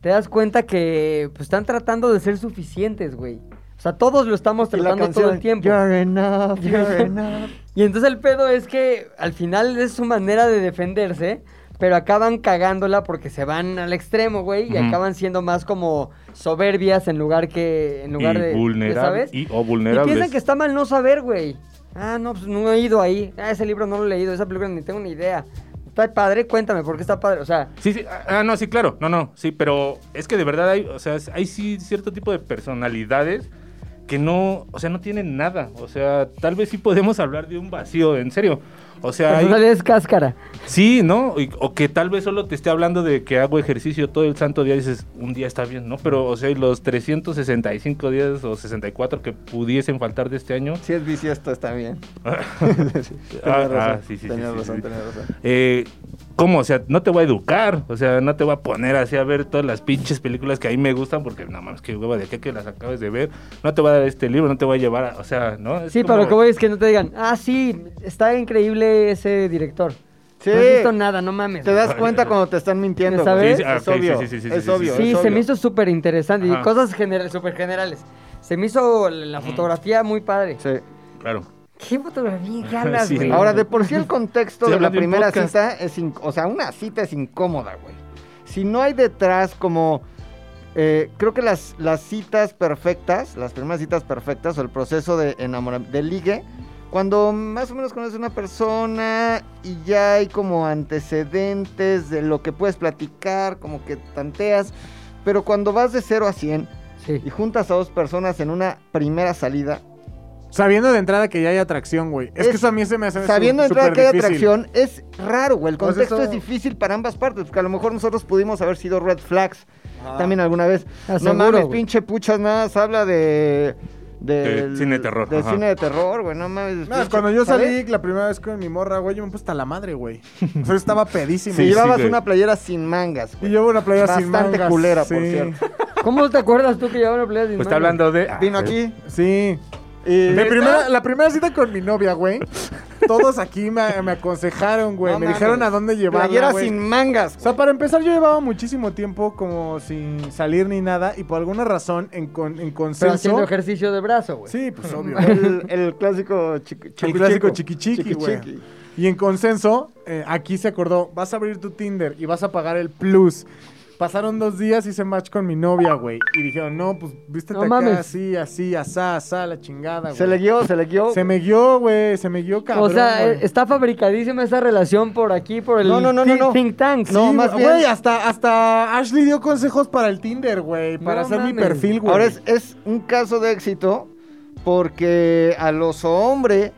S1: te das cuenta que pues, están tratando de ser suficientes, güey. O sea, todos lo estamos
S2: Y
S1: tratando todo el tiempo.
S2: You're enough, you're
S1: You're-
S2: enough.
S1: Y entonces el pedo es que al final es su manera de defenderse, pero acaban cagándola porque se van al extremo, güey, y
S3: Ujú.
S1: acaban siendo más como soberbias en lugar que en lugar
S3: y
S1: de
S3: vulnerab-
S1: ya ¿sabes?
S3: y o
S1: Y
S3: vulnerables.
S1: piensan que está mal no saber, güey. Ah, no, pues no he ido ahí. Ah, ese libro no lo he leído, esa película ni tengo ni idea. Está padre, cuéntame por qué está padre, o sea,
S3: Sí, sí, ah, ah, no, sí, claro, no, no, sí, pero es que de verdad hay, o sea, hay sí cierto tipo de personalidades que no, o sea, no tienen nada, o sea, tal vez sí podemos hablar de un vacío, en serio, o
S1: pues,
S3: sea, hay-
S1: personalidad es cáscara.
S3: sí, ¿no? Y- o que tal vez solo te esté hablando de que hago ejercicio todo el santo día y dices, un día está bien, ¿no? Pero, o sea, y los 365 días o 64 que pudiesen faltar de este año,
S2: Si es bisiesto, está bien. Tenías
S3: Ah, ah,
S2: razón,
S3: sí, sí,
S2: tenías
S3: sí, sí,
S2: razón,
S3: sí.
S2: tenías
S1: Pues
S2: razón.
S3: Eh, ¿Cómo? O sea, no te voy a educar. O sea, no te voy a poner así a ver todas las pinches películas que a mí me gustan porque nada más que hueva de qué que las acabes de ver. No te voy a dar este libro, no te voy a llevar a- O sea, ¿no? Es
S1: Sí,
S3: como-
S1: pero lo que voy es que no te digan, "Ah, sí, está increíble ese director."
S2: Sí.
S1: No has visto nada, no mames.
S2: Te
S1: güey.
S2: das cuenta cuando te están mintiendo.
S1: ¿Me sabes?
S2: güey.
S1: Sí, sí,
S3: ah,
S2: es
S3: ok, sí,
S2: obvio.
S3: sí, sí, sí, sí,
S2: es
S3: sí,
S2: obvio.
S3: sí.
S1: Sí,
S2: es
S1: se
S2: obvio.
S1: me hizo súper interesante. Y
S3: Ajá.
S1: cosas generales, súper generales. Se me hizo la fotografía muy padre.
S2: Mm. Sí.
S3: Claro.
S1: ¿Qué fotografía? ¿Qué hablas,
S3: Sí.
S1: güey?
S2: Ahora, de por sí el contexto
S3: Estoy
S2: de la
S3: hablando de un
S2: primera
S3: podcast.
S2: cita es... inc- O sea, una cita es incómoda, güey. Si no hay detrás como... eh, creo que las, las citas perfectas, las primeras citas perfectas o el proceso de enamoramiento, de ligue, cuando más o menos conoces a una persona y ya hay como antecedentes de lo que puedes platicar, como que tanteas, pero cuando vas de 0 a 100
S1: Sí.
S2: y juntas a dos personas en una primera salida,
S4: Sabiendo de entrada que ya hay atracción, güey. Es,
S2: Es-
S4: que eso a mí se me hace.
S2: Sabiendo
S4: su-
S2: entrar que hay
S4: superdifícil.
S2: atracción, es raro, güey. El
S4: Pues
S2: contexto
S4: eso-
S2: es difícil para ambas partes, porque a lo mejor nosotros pudimos haber sido red flags. también alguna vez.
S1: Ah,
S2: no
S1: seguro,
S2: mames,
S1: güey.
S2: pinche puchas nada, se habla de... del-
S3: cine de terror,
S2: De
S3: ajá.
S2: cine de terror, güey, no mames.
S4: Nada,
S2: pinche-
S4: cuando yo salí
S2: ¿sabes?
S4: la primera vez con mi morra, güey, yo me puse hasta la madre, güey. O sea, estaba pedísimo.
S2: Si
S3: Sí,
S2: llevabas
S3: güey.
S2: una playera sin mangas,
S4: Y
S2: güey.
S4: llevo una playa sin
S2: Bastante
S4: mangas,
S2: culera,
S4: sí.
S2: por cierto.
S1: ¿Cómo te acuerdas tú que llevaba una playa sin
S3: Pues está
S1: manga?
S3: hablando de. ah,
S2: Vino
S3: eh,
S2: aquí.
S4: Sí.
S2: Y
S4: De primera, la primera cita con mi novia, güey. Todos aquí me, me aconsejaron, güey.
S2: No
S4: me
S2: mames.
S4: dijeron a dónde llevarla,
S2: Playera
S4: güey.
S2: sin mangas.
S4: O sea, para empezar, yo llevaba muchísimo tiempo como sin salir ni nada. Y por alguna razón, en, con, en
S1: Pero haciendo
S4: consenso...
S1: ejercicio de brazo, güey.
S4: Sí, pues obvio.
S2: El, el clásico chiqui-
S4: El
S2: chiqui-
S4: clásico
S2: chico.
S4: chiqui chiqui,
S2: Chiqui-
S4: güey.
S2: chiqui.
S4: Y en consenso, eh, aquí se acordó, vas a abrir tu Tinder y vas a pagar el plus. Pasaron dos días, hice match con mi novia, güey. Y dijeron, no, pues vístete
S1: No
S4: acá
S1: mames.
S4: así, así, asá, asá, la chingada, güey.
S2: Se le guió, se le guió.
S4: Se me guió, güey, se me guió, cabrón.
S1: o sea,
S4: güey.
S1: eh, está fabricadísima esa relación por aquí, por el
S2: No, no, no, no,
S1: thi-
S2: no.
S1: think tank.
S2: No,
S4: Sí,
S2: más
S4: güey,
S2: bien-
S4: hasta, hasta Ashley dio consejos para el Tinder, güey, para
S1: No
S4: hacer mi
S1: mames.
S4: perfil, güey.
S2: Ahora es, es un caso de éxito porque a los hombres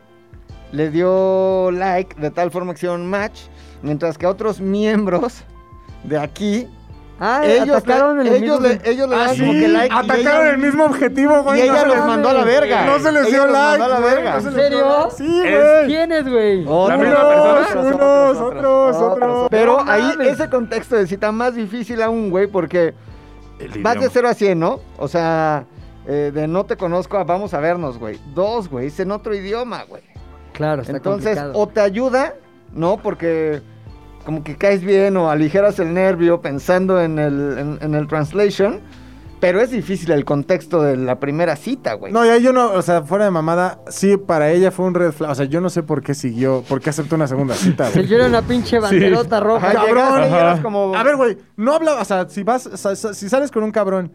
S2: le dio like de tal forma que hicieron match, mientras que a otros miembros de aquí,
S1: Ah,
S2: ellos,
S1: atacaron
S2: le,
S1: el
S2: ellos,
S1: mismo-
S2: le, ellos le
S4: Ah,
S2: dan
S4: sí,
S2: como que like. y
S4: atacaron
S2: ella-
S4: el mismo objetivo, güey.
S2: Y ella
S4: se
S2: los
S4: les-
S2: mandó a la verga.
S4: No se les
S2: Ella
S4: dio
S2: los
S4: like.
S2: mandó a la
S4: güey,
S2: verga.
S4: no se
S1: ¿En
S4: les dio
S1: serio?
S4: like. Sí,
S3: Es-
S4: güey.
S1: ¿Quién es, güey?
S3: La
S2: Otros,
S3: misma persona.
S2: otros,
S4: Unos, otros, otros.
S2: Pero
S1: No
S2: ahí
S1: mames.
S2: ese contexto de cita más difícil aún, güey, porque
S3: el
S2: Vas de
S3: idioma.
S2: 0 a 100, ¿no? O sea, eh, de no te conozco a vamos a vernos, güey. Dos, güey, es en otro idioma, güey.
S1: Claro, está
S2: Entonces, oh,
S1: complicado.
S2: o te ayuda, ¿no? Porque como que caes bien o aligeras el nervio pensando en el, en, en el translation. Pero es difícil el contexto de la primera cita, güey.
S3: Pues.
S4: No, y ahí yo no, o sea, fuera de mamada, sí, para ella fue un red flag. O sea, yo no sé por qué siguió, por qué aceptó una segunda cita,
S1: Se
S4: güey.
S1: lleva una pinche banderota roja.
S2: Ajá,
S4: cabrón.
S2: llegaste y eras
S3: Ajá.
S2: como...
S4: A ver, güey, no habla, o sea, si vas, sa- sa- si sales con un cabrón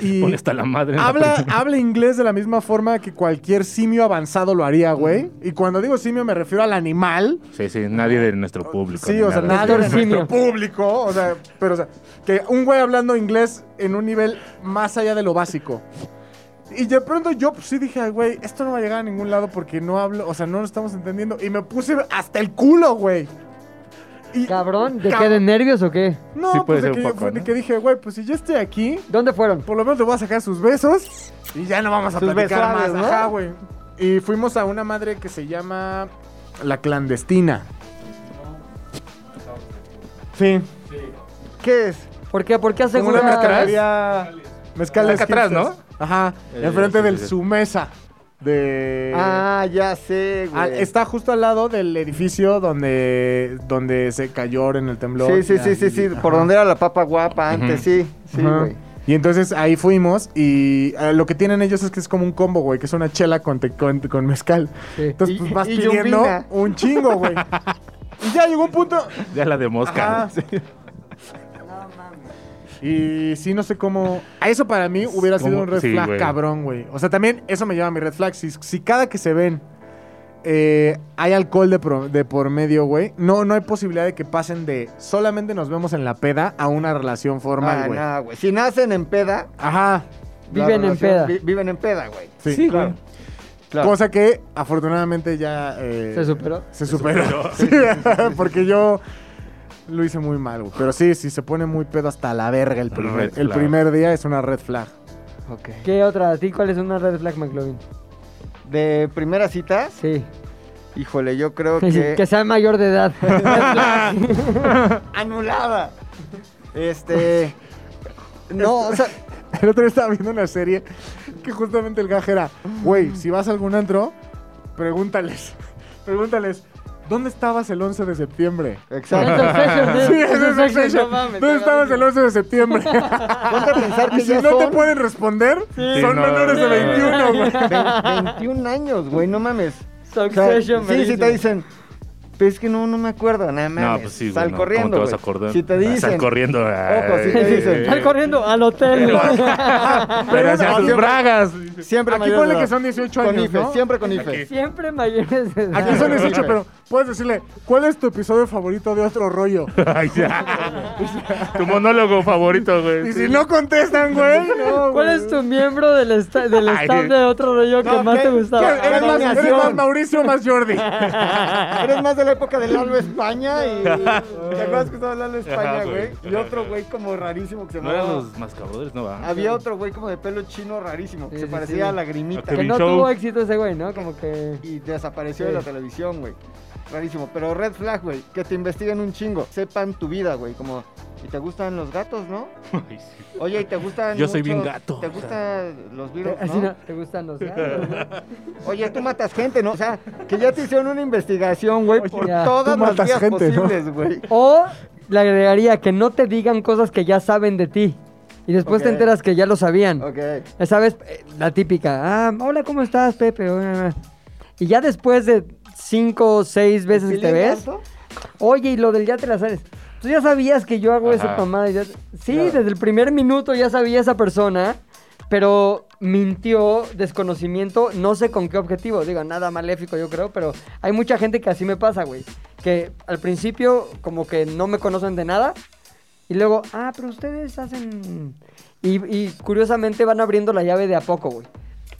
S4: y
S3: Pone hasta la madre. en la
S4: habla,
S3: persona.
S4: habla inglés de la misma forma que cualquier simio avanzado lo haría, güey. Y cuando digo simio me refiero al animal.
S3: Sí, sí, nadie de
S2: Oh,
S3: nuestro público.
S4: Sí,
S3: ni
S4: o sea,
S3: nada.
S4: nadie de
S1: Doctor
S4: nuestro
S1: Simio.
S4: público, o sea, pero o sea, que un güey hablando inglés en un nivel más allá de lo básico. Y de pronto yo pues, sí dije, "Ay, güey, esto no va a llegar a ningún lado porque no hablo, o sea, no lo estamos entendiendo. Y me puse hasta el culo, güey. Y-
S1: Cabrón, ¿de
S4: Cab-
S1: qué? ¿De nervios o qué?
S4: No,
S3: Sí puede
S4: pues de
S3: ser
S4: que,
S3: un
S4: yo-
S3: poco,
S4: fue- de
S3: ¿no?
S4: que dije, güey, pues si yo estoy aquí,
S1: ¿Dónde fueron?
S4: por lo menos le voy a sacar sus besos y ya no vamos a
S2: Sus
S4: platicar
S2: besuaves,
S4: más.
S2: ¿no?
S4: Ajá, güey. Y fuimos a una madre que se llama La Clandestina. Sí.
S2: ¿Qué es?
S1: ¿Por qué? ¿Por qué hace
S4: Como una mezcalería. Mezcales
S3: Acá atrás,
S4: hipsters. Ajá.
S3: Eh,
S4: enfrente
S3: sí,
S4: del
S3: sí, sí.
S4: su mesa. De.
S2: Ah, ya sé, güey.
S4: Ah, está justo al lado del edificio donde, donde se cayó en el temblor.
S2: Sí, sí, sí, sí, sí. Por
S4: Ajá.
S2: donde era la papa guapa antes, sí. Sí,
S4: Ajá.
S2: güey.
S4: Y entonces ahí fuimos y eh, lo que tienen ellos es que es como un combo, güey, que es una chela con, te- con, con mezcal.
S1: Sí.
S4: Entonces
S2: Y-
S4: pues, vas
S2: y
S4: pidiendo
S2: yumbina.
S4: un chingo, güey. y ya llegó un punto... ah.
S3: Ya la de mosca.
S2: Ah,
S4: Ajá. Y sí, no sé cómo... A eso para mí hubiera sido
S3: ¿Cómo?
S4: un red
S3: Sí,
S4: flag
S3: güey.
S4: cabrón, güey. O sea, también eso me lleva a mi red flag. Si, si cada que se ven eh, hay alcohol de, pro- de por medio, güey, no, no hay posibilidad de que pasen de solamente nos vemos en la peda a una relación formal,
S2: Ah,
S4: güey.
S2: no, güey. Si nacen en peda,
S4: Ajá.
S2: la
S1: Viven en
S2: relación-
S1: peda.
S2: vi- viven en peda, güey.
S4: Sí,
S1: Sí,
S4: claro.
S1: güey.
S2: Claro.
S4: Cosa que afortunadamente ya. eh,
S1: Se superó.
S4: Se superó. Sí, porque yo lo hice muy mal, güey. Pero sí, si se pone muy pedo hasta la verga el primer,
S3: Red
S4: el
S3: flag.
S4: primer día, es una red flag.
S2: Ok.
S1: ¿Qué otra? ¿A ti cuál es una red flag, McLovin?
S2: De primeras citas,
S1: Sí.
S2: híjole, yo creo que.
S1: Que sea mayor de edad. Red flag.
S2: ¡Anulada! Este. No, o sea,
S4: El otro día estaba viendo una serie que justamente el gaje era, güey, si vas a algún antro, pregúntales, pregúntales, ¿dónde estabas el 11 de septiembre?
S1: Eso es
S2: exacto.
S1: sexo,
S4: Sí,
S1: eso
S4: ese
S1: es
S4: es
S1: sexo,
S4: Succession.
S1: no mames,
S4: ¿Dónde estabas el 11 de septiembre?
S2: Ponte a pensar
S4: y
S2: que
S4: si
S2: ya
S4: no te
S2: son
S4: pueden responder,
S3: Sí,
S4: son
S3: no,
S4: menores de
S3: no, no.
S4: 21, güey.
S2: ve- 21 años, güey, no mames. O sea,
S1: Succession,
S2: sí, sí
S1: buenísimo.
S2: te dicen. Pero es que no, no me acuerdo, nada más.
S3: No, pues sí, güey.
S2: Sal
S3: no, ¿cómo
S2: corriendo.
S3: te vas a
S2: güey.
S3: acordar? Ah,
S2: Si te
S3: Sal
S2: dicen.
S3: corriendo. ah, eh,
S2: Ojo, si te
S3: ay,
S2: dicen.
S1: Sal corriendo al hotel.
S3: Pero hacia sus bragas.
S2: Siempre
S4: Aquí
S2: mayores de
S4: ponle que
S2: edad.
S4: son 18
S2: Con
S4: años,
S2: IFE,
S4: ¿no?
S2: siempre con E". IFE.
S3: Aquí.
S1: Siempre mayores de edad.
S4: Aquí son 18,
S2: Sí.
S4: pero puedes decirle, ¿cuál es tu episodio favorito de otro rollo?
S3: Ay, ya. tu monólogo favorito, güey.
S4: Y si no contestan, güey,
S1: ¿Cuál
S4: no, güey.
S1: es tu miembro del, esta- del
S3: Ay.
S1: staff de otro rollo que
S2: No,
S1: más te
S2: ¿qué-
S4: ¿Qué-
S1: gustaba?
S4: ¿Eres más,
S2: Alineación.
S4: eres más Mauricio o más Jordi?
S2: Eres más de la época de Lalo España y... ¿Te acuerdas que estaba Lalo España,
S3: Ajá,
S2: güey?
S3: Ah, güey.
S2: Y otro güey como rarísimo que se
S3: No eran
S2: llamaba-
S3: los mascabadores, no va.
S2: Había otro güey como de pelo chino rarísimo que
S1: Sí,
S2: se
S1: sí,
S2: parecía
S1: sí.
S2: a Lagrimita.
S3: Ok.
S1: Que no
S3: Show.
S1: tuvo éxito ese güey, ¿no? Como que...
S2: Y desapareció
S1: Sí.
S2: de la televisión, güey. Rarísimo. Pero Red Flag, güey, que te investiguen un chingo. Sepan tu vida, güey. Como, ¿y te gustan los gatos, no?
S3: Ay, sí.
S2: Oye, ¿y te gustan
S3: Yo soy
S2: mucho-
S3: bien gato.
S2: ¿Te gustan los virus,
S1: Eh, Así no, ¿Te gustan los gatos?
S2: Oye, tú matas gente, ¿no? O sea, que ya te hicieron una investigación, güey, por
S1: ya.
S2: todas
S4: Tú
S2: las
S4: matas
S2: vías
S4: gente, ¿no?
S2: posibles, güey.
S1: O le agregaría que no te digan cosas que ya saben de ti. Y después
S2: Ok.
S1: te enteras que ya lo sabían.
S2: Ok.
S1: ¿Sabes? Eh, La típica. Ah, hola, ¿cómo estás, Pepe? Hola. ah". Y ya después de cinco o seis veces te
S2: ¿Pilín
S1: ves.
S2: alto?
S1: Oye, y lo del ya te la sabes. Tú ya sabías que yo hago
S3: Ajá.
S1: esa pomada. y ya- Sí, desde el primer minuto ya sabía esa persona, pero mintió, desconocimiento, no sé con qué objetivo. Digo, nada maléfico yo creo, pero hay mucha gente que así me pasa, güey. Que al principio como que no me conocen de nada y luego, ah, pero ustedes hacen... Y, y curiosamente van abriendo la llave de a poco, güey.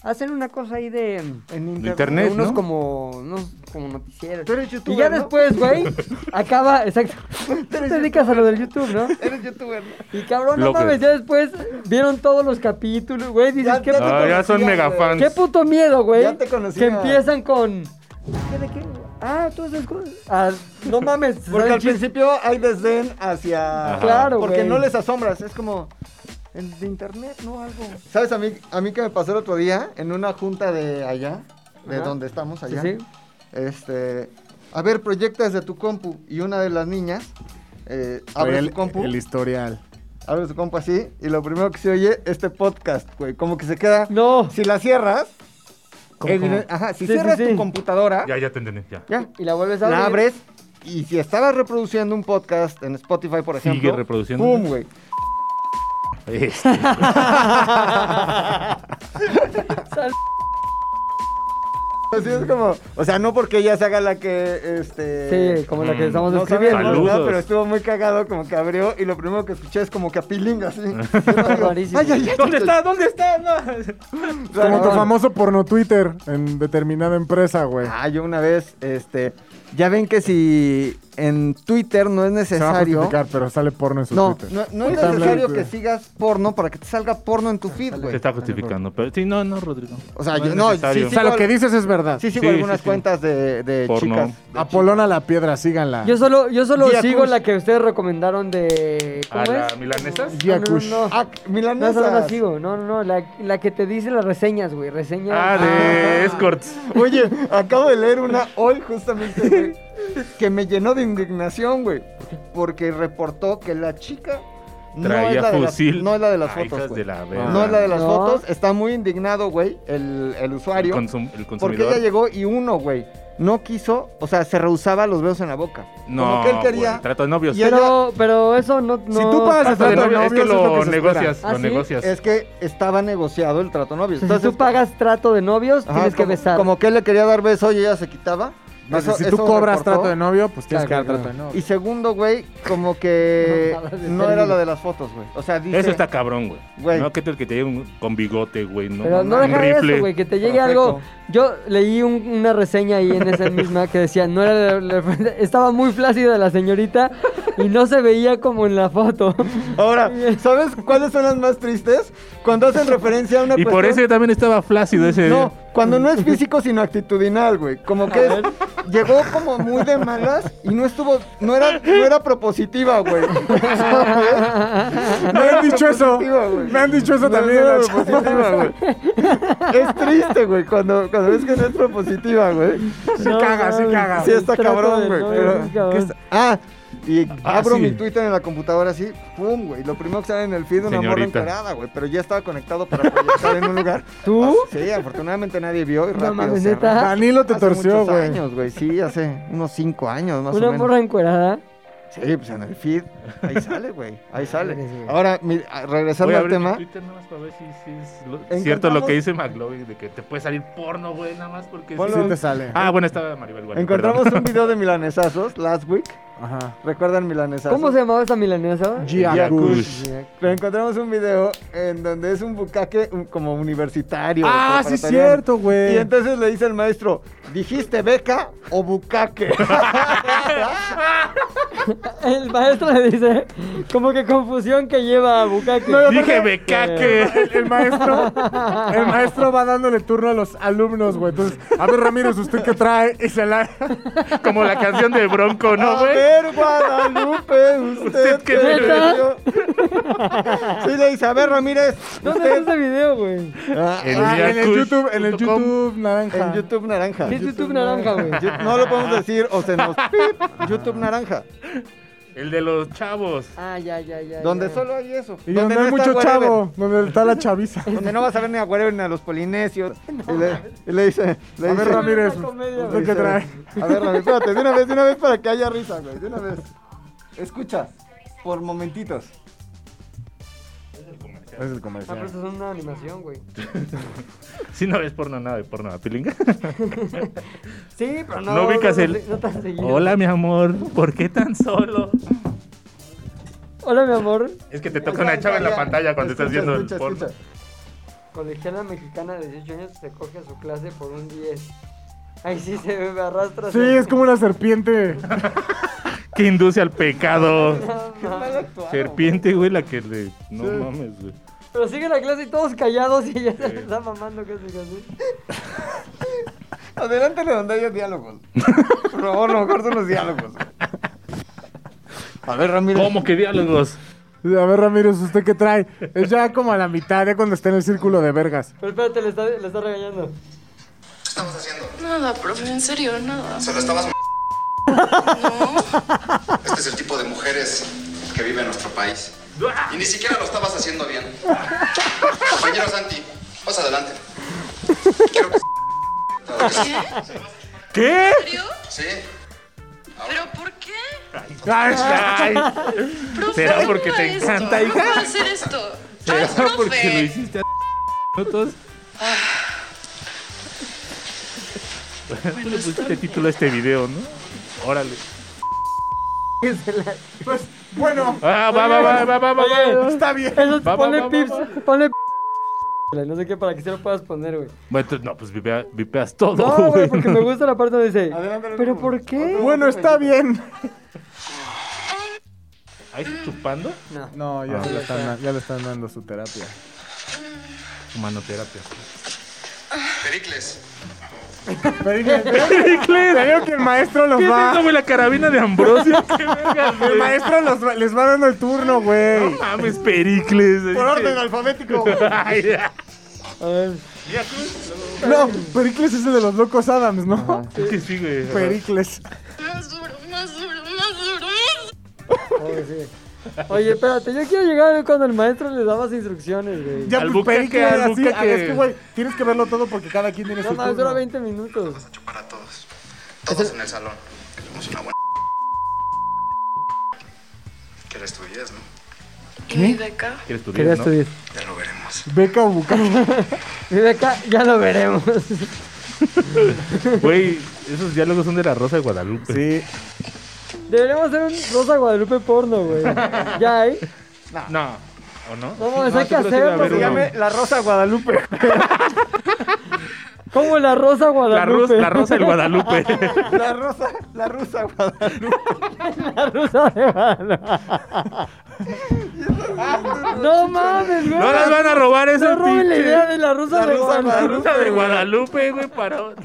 S1: Hacen una cosa ahí de...
S2: En
S3: De
S2: internet.
S3: internet,
S1: unos
S3: ¿no?
S1: como unos como noticieros.
S2: Tú eres
S1: Y
S2: youtuber,
S1: ya
S2: ¿no?
S1: después, güey, acaba, exacto. Tú te dedicas a lo del YouTube, ¿no?
S2: Eres youtuber. ¿no?
S1: Y cabrón, no
S3: Lo que-
S1: mames, ya después vieron todos los capítulos, güey, dices,
S2: Ya
S1: ¿qué,
S2: te
S1: puto,
S3: Ah, ya son
S2: conocía,
S3: mega
S2: güey.
S3: fans.
S1: qué puto miedo, güey.
S2: Ya te conocía.
S1: Que empiezan con ¿Qué de qué? Ah, tú haces cosas. Ah, no mames, se
S2: Porque
S1: sabe
S2: al
S1: el chiste.
S2: principio hay desdén hacia...
S3: Ajá.
S1: Claro,
S2: Porque
S1: güey.
S2: no les asombras, es como... el de internet, no algo. ¿Sabes a mí, a mí que me pasó el otro día? En una junta de allá, de
S1: Ajá.
S2: donde estamos allá.
S1: Sí, sí.
S2: Este... A ver, proyecta desde tu compu. Y una de las niñas eh, abre
S4: Oye,
S2: su compu.
S4: el historial.
S2: Abre su compu así y lo primero que se oye, este podcast, güey. Como que se queda...
S1: No.
S2: Si la cierras...
S3: ¿Cómo,
S2: eviden-
S3: cómo?
S2: Ajá, si
S1: Sí, sí,
S2: cierras
S1: sí.
S2: tu computadora...
S3: Ya, ya te entendí, ya.
S2: ya.
S1: Y la vuelves a abrir.
S2: La abres y si estabas reproduciendo un podcast en Spotify, por
S3: Sigue
S2: ejemplo...
S3: reproduciendo.
S2: ¡Pum, güey!
S3: Este,
S1: Sal-
S2: Así es como... O sea, no porque ella se haga la que, este...
S1: Sí, como la que
S3: Mm,
S1: estamos
S2: no sabe
S1: escribiendo.
S2: nada,
S3: Saludos.
S2: pero estuvo muy cagado, como que abrió y lo primero que escuché es como que a Pilinga, así.
S1: Rarísimo.
S3: ¿Dónde está? ¿Dónde está? No.
S4: Como tu
S1: Cabrón.
S4: famoso porno Twitter en determinada empresa, güey.
S2: Ah, yo una vez, este... Ya ven que si en Twitter no es
S4: Se va a
S2: necesario...
S4: justificar, pero sale porno en su
S2: No,
S4: Twitter.
S2: no, no es
S4: Está
S2: necesario
S4: blanco.
S2: que sigas porno para que te salga porno en tu feed,
S3: Se
S2: güey.
S3: está justificando, pero sí, no, no, Rodrigo.
S2: O sea,
S3: No
S2: yo
S3: es
S2: no,
S3: necesario.
S2: sí,
S4: O
S2: sí,
S4: sea, lo que dices es verdad.
S2: Sí sigo
S3: Sí,
S2: algunas
S3: sí, sí.
S2: cuentas de, de
S3: Porno.
S2: chicas.
S4: Apolona la piedra, síganla.
S1: Yo solo, yo solo
S2: Día
S1: sigo
S2: Cruz.
S1: la que ustedes recomendaron de. ¿Cómo
S3: ¿A la
S1: es?
S3: milanesas?
S1: No, no,
S4: Yakush.
S1: no, no.
S2: Ah,
S1: No,
S2: milanesas.
S1: esa no la sigo, no, no, no, la, la que te dice las reseñas, güey, reseñas.
S3: Ah, de escorts.
S2: Oye, acabo de leer una hoy justamente güey, que me llenó de indignación, güey, porque reportó que la chica no,
S3: Traía
S2: es la de las-
S3: fusil.
S2: no es la de las
S3: Ah,
S2: fotos,
S3: hijas
S2: güey.
S3: de la verga.
S2: no es la de las
S1: No.
S2: fotos, está muy indignado, güey, el, el
S3: el,
S2: usuario,
S3: consum- el
S2: porque ella
S3: consumidor.
S2: llegó y uno, güey, no quiso, o sea, se rehusaba los besos en la boca.
S3: no,
S2: Como que él quería...
S3: güey, trato de novios.
S2: Y él-
S1: Pero, pero eso no, no.
S4: Si tú pagas el
S3: Trato Ah, de
S4: trato de
S3: novios, es que
S4: novios, es
S3: lo
S4: lo que se
S3: negocias,
S1: espera.
S3: lo
S1: ¿Ah, sí?
S3: negocias.
S2: Es que estaba negociado el trato novio.
S1: o sea, si tú pagas trato de novios,
S2: Ajá,
S1: tienes que
S2: como-
S1: besar.
S2: Como que él le quería dar beso y ella se quitaba.
S4: No sé,
S2: Eso-
S4: si tú
S2: eso
S4: cobras
S2: reportó.
S4: trato de novio, pues tienes
S1: Claro,
S4: que dar
S1: claro.
S4: trato de novio.
S2: Y segundo, güey, como que
S1: Mamadas de
S2: no era
S1: término.
S2: la de las fotos, güey. O sea, dice...
S3: Eso está cabrón, güey.
S2: Güey.
S3: No, que tal que te llegue un, con bigote, güey. No,
S1: pero no
S3: Un
S1: dejar eso,
S3: rifle.
S1: güey, que te llegue
S2: Perfecto.
S1: algo. Yo leí un- una reseña ahí en esa misma que decía, no era la- la- estaba muy flácida la señorita y no se veía como en la foto.
S2: Ahora, ¿sabes cuáles son las más tristes? Cuando hacen referencia a una
S3: Y por eso
S2: cuestión-
S3: yo también estaba flácido
S4: eh,
S3: ese.
S2: pues No, cuando no es físico, sino actitudinal, güey. Como que es- llegó como muy de malas y no estuvo... No era, no era propositiva, güey.
S4: Me han dicho eso.
S2: Positiva, güey.
S4: Me han dicho eso
S2: No,
S4: también.
S2: no,
S4: la
S2: no,
S4: chava.
S2: propositiva, güey. Es triste, güey, cuando, cuando ves que no es propositiva, güey.
S4: Sí caga, sí caga.
S2: Sí está
S1: Trato de
S2: cabrón, güey.
S1: novios,
S2: pero-
S1: sí, cabrón.
S2: ¿qué está? Ah, y
S3: Ah,
S2: abro
S3: sí.
S2: mi Twitter en la computadora así, pum, güey. Lo primero que sale en el feed una morra
S3: Señorita.
S2: encuerada, güey. Pero ya estaba conectado para proyectar en un lugar.
S1: ¿Tú?
S2: Sí, afortunadamente nadie vio y rápido.
S1: mames,
S2: cerré.
S1: ¿neta?
S4: Danilo te
S2: Hace
S4: torció,
S2: muchos
S4: güey.
S2: años, güey. Sí, hace unos cinco años más o
S1: Una
S2: menos.
S1: morra encuerada.
S2: Sí, pues en el feed. Ahí sale, güey. Ahí
S1: Madres,
S2: sale.
S1: güey.
S2: Ahora, mi- a- regresando al tema.
S3: Twitter nada más para ver si, si es lo-
S2: Encontramos-
S3: cierto lo que dice McLovin, de que te puede salir porno, güey, nada más porque...
S2: Ponlo-
S4: Sí te sale.
S3: Ah, bueno, estaba Maribel. Guardia,
S2: encontramos
S3: perdón.
S2: un video de milanesazos last week.
S4: Ajá.
S2: ¿Recuerdan milanesazos?
S1: ¿Cómo se llamaba esa milanesa?
S4: Giacush.
S2: Pero encontramos un video en donde es un bucaque un- como universitario.
S4: Ah,
S2: como
S4: sí,
S2: pretoriano.
S4: cierto, güey.
S2: Y entonces le dice al maestro, ¿dijiste beca o bucaque?
S1: El maestro le dice, como que confusión que lleva a Bukake.
S3: Dije becaque.
S4: El, el maestro, el maestro va dándole turno a los alumnos, güey. Entonces, a ver, Ramírez, ¿usted qué trae? Y se la.
S3: Como la canción de Bronco, ¿no,
S2: a
S3: güey?
S2: ver, Guadalupe, usted
S3: ¿Usted
S2: qué
S3: qué
S1: beca?
S2: Sí, le dice, a ver, Ramírez,
S1: ¿Dónde es
S2: usted...
S1: ese video, güey?
S2: Ah,
S3: El
S4: Ah, en el
S3: Yakush
S4: YouTube, en el
S3: punto com.
S4: YouTube naranja.
S2: en Ah, YouTube Naranja.
S1: Sí, es YouTube naranja, güey.
S2: Yo- No lo podemos decir, o se nos... pip, YouTube Naranja.
S3: El de los chavos.
S1: Ah, ya, ya, ya.
S2: Donde
S1: ya.
S2: solo hay eso.
S4: Y donde hay
S2: está
S4: mucho
S2: whatever.
S4: chavo, donde está la chaviza.
S2: Donde no vas a ver ni a Wherever ni a los polinesios. Y le, y le dice, le
S4: A ver,
S2: dice-
S4: Ramírez,
S1: Una comedia,
S2: le
S4: ¿usted qué
S2: dice,
S4: trae?
S2: A ver, Ramírez, espérate, de una vez, de una vez para que haya risa, güey, de una vez. Escucha, por momentitos.
S4: Es el
S1: Ah, pero
S4: comercial.
S1: eso es una animación, güey.
S3: Si no ves porno, nada de porno, ¿a pilinga?
S1: Sí, pero no.
S3: No ubicas el...
S1: No tan seguido.
S3: Hola, mi amor, ¿por qué tan solo?
S1: Hola, mi amor.
S3: Es que te toca una chava en la pantalla cuando estás viendo el porno.
S1: Colegiala mexicana de 18 años se coge a su clase por un 10. Ahí sí se me arrastra.
S4: Sí, es como una serpiente.
S3: Que induce al pecado.
S1: No, no.
S3: Serpiente, güey, la que le... No mames, güey.
S1: Pero sigue la clase y todos callados y ella se está mamando casi casi.
S2: Adelántale donde haya diálogos. Por favor, lo mejor son los diálogos. A ver, Ramírez.
S3: ¿Cómo que diálogos?
S4: A ver, Ramírez, ¿usted qué trae? Es ya como a la mitad, ya cuando está en el círculo de vergas.
S1: Pero espérate, le está, le está regañando.
S5: estamos haciendo?
S6: Nada, profe, en serio, nada.
S5: ¿Se lo estabas m- Este es el tipo de mujeres que vive en nuestro país. Y ni siquiera lo estabas haciendo bien. Compañero Santi, vas adelante. Quiero que
S6: ¿Qué?
S3: ¿Qué?
S6: ¿En serio?
S5: sí.
S6: ¿Pero por qué?
S3: Ay, ay.
S6: Profe,
S3: ¿Será
S6: no
S3: porque te
S6: haga esto,
S3: encanta,
S6: no
S3: hija?
S6: puedo hacer esto?
S3: ¿Será
S6: Ay,
S3: porque lo
S6: profe.
S3: hiciste a minutos? Tú le pusiste título a este video, ¿no? Órale.
S4: Pues, bueno,
S3: Ah, va, va, va, va, va, va. va.
S4: está bien.
S1: Eso,
S3: Va, va,
S1: ponle
S3: va, va,
S1: pips,
S3: va.
S1: ponle p- No sé qué para que se lo puedas poner, güey.
S3: Bueno, entonces, no, pues vipea- vipeas todo,
S1: No, güey,
S3: güey.
S1: porque me gusta la parte donde dice.
S2: Adelántale
S1: ¿Pero
S2: como-
S1: por qué?
S4: Bueno, está bien.
S3: ¿Ahí está chupando?
S1: No.
S4: No, ya, se lo están, da- ya le están dando su terapia.
S3: Humanoterapia.
S5: Pericles.
S4: Pero dije, Te digo que el maestro los
S3: ¿Qué es
S4: va.
S3: eso, güey? La carabina de Ambrosio. Qué verga,
S4: El
S3: güey.
S4: maestro los va- les va dando el turno,
S3: No
S4: güey.
S3: mames, Pericles. eh.
S2: Por orden alfabético.
S3: Ay, ya.
S1: A ver.
S4: No, Pericles es el de los locos Adams, ¿no?
S3: Es que sí, güey.
S4: Pericles.
S6: Más duro, más duro, más duro, más duro.
S1: Oye, sí. Oye, espérate, yo quiero llegar cuando el maestro le daba las instrucciones, güey.
S4: Ya,
S3: Al
S4: pues,
S3: bucaque,
S4: Pericles,
S3: al
S4: así. Ah,
S3: bucaque.
S4: Es que, güey, tienes que verlo todo porque cada quien tiene
S1: No
S4: su
S1: mames, dura
S4: turno.
S1: 20 minutos.
S5: Vamos a chupar a todos. Todos en el salón. Tenemos una buena. Que eres tu diez, ¿no?
S6: ¿Y mi beca?
S3: ¿Quieres tu
S1: Quería
S3: diez, no?
S1: estudiar.
S5: Ya lo veremos.
S4: Beca o bucaque.
S1: Vive acá, ya lo veremos.
S3: Güey, esos diálogos son de la Rosa de Guadalupe.
S4: Sí.
S1: Deberíamos hacer un Rosa Guadalupe porno, güey. Ya, ¿eh?
S3: No. ¿O no?
S1: No mames, hay que
S3: seguro sí debe
S1: hacerlo,
S3: haber
S2: Se
S1: güey.
S3: uno.
S2: llame La Rosa Guadalupe.
S1: Como la Rosa
S3: La, Ros-
S1: Guadalupe.
S3: la Rosa del Guadalupe.
S2: La Rosa, la Rusa Guadalupe.
S1: La Rosa de Guadalupe. No mames, güey.
S3: no las van a robar esa
S1: No roben la
S3: pinche-
S1: idea de la Rosa
S2: La
S1: de
S2: Rosa
S3: La
S1: Guadalupe.
S3: Rosa de Guadalupe, güey, para otro.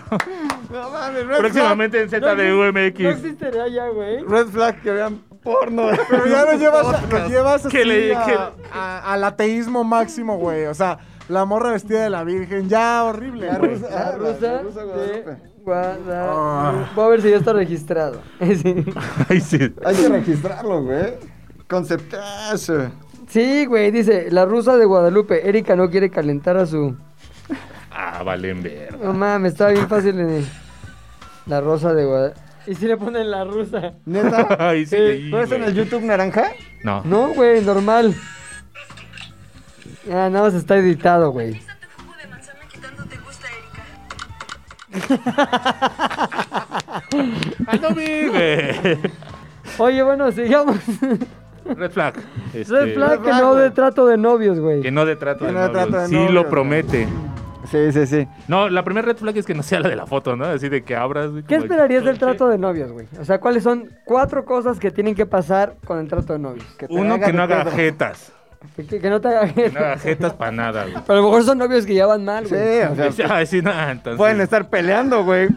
S2: No mames, Red
S3: Próximamente en
S1: No
S3: ZDUMX.
S1: No existiría ya, güey.
S2: Flag. Red Flag, que vean porno.
S4: Pero ya lo llevas, a- lo llevas así
S3: Que le-
S4: a-
S3: que-
S4: a- al ateísmo máximo, güey. O sea, la morra vestida de la virgen. Ya, horrible,
S2: La
S4: güey.
S2: rusa.
S1: La
S2: la
S1: Rosa
S2: Rosa
S1: de
S2: Guadalupe.
S3: Ah.
S1: Guadalupe. Voy a ver si ya está registrado. Sí.
S3: Ay, sí.
S2: Hay que registrarlo, güey. Conceptazo.
S1: Sí, güey, dice, la rusa de Guadalupe, Erika no quiere calentar a su...
S3: Ah, valen ver.
S1: No mames, estaba bien fácil en el- La rosa de Guadalupe. Y si le ponen la rusa.
S2: ¿Neta?
S3: Ay, sí,
S2: Sí, ¿Tú ves en
S3: güey.
S2: el YouTube naranja?
S3: No.
S1: No, güey, normal. Ya, nada más está editado, güey.
S6: Quítate jugo de manzana que tanto te gusta, Erika.
S3: Ah, no vi, güey.
S1: Oye, bueno, sigamos.
S3: Red flag. Este,
S1: Red flag que
S2: flag,
S1: no
S2: güey.
S1: de trato de novios,
S3: Que
S1: güey.
S3: no de trato
S2: Que
S3: de
S2: no de
S3: novios.
S2: trato de
S3: Sí
S2: novios,
S3: lo
S2: güey.
S3: promete.
S2: Sí, sí, sí.
S3: No, la primera red flag es que no sea la de la foto, ¿no? Así de que abras. güey,
S1: ¿Qué
S3: como-
S1: esperarías del trato de novios, güey? O sea, ¿cuáles son cuatro cosas que tienen que pasar con el trato de novios?
S2: Que te
S3: Uno
S2: haga
S3: que no
S2: de
S3: haga
S2: pedo.
S3: jetas.
S1: Que, que- que no te hagan...
S3: Que no haga jetas para nada, güey.
S1: Pero a lo mejor son novios que ya van mal,
S2: Sí,
S1: güey.
S2: o sea,
S3: Dice, "Ay, sí, no, entonces-
S2: pueden estar peleando, güey.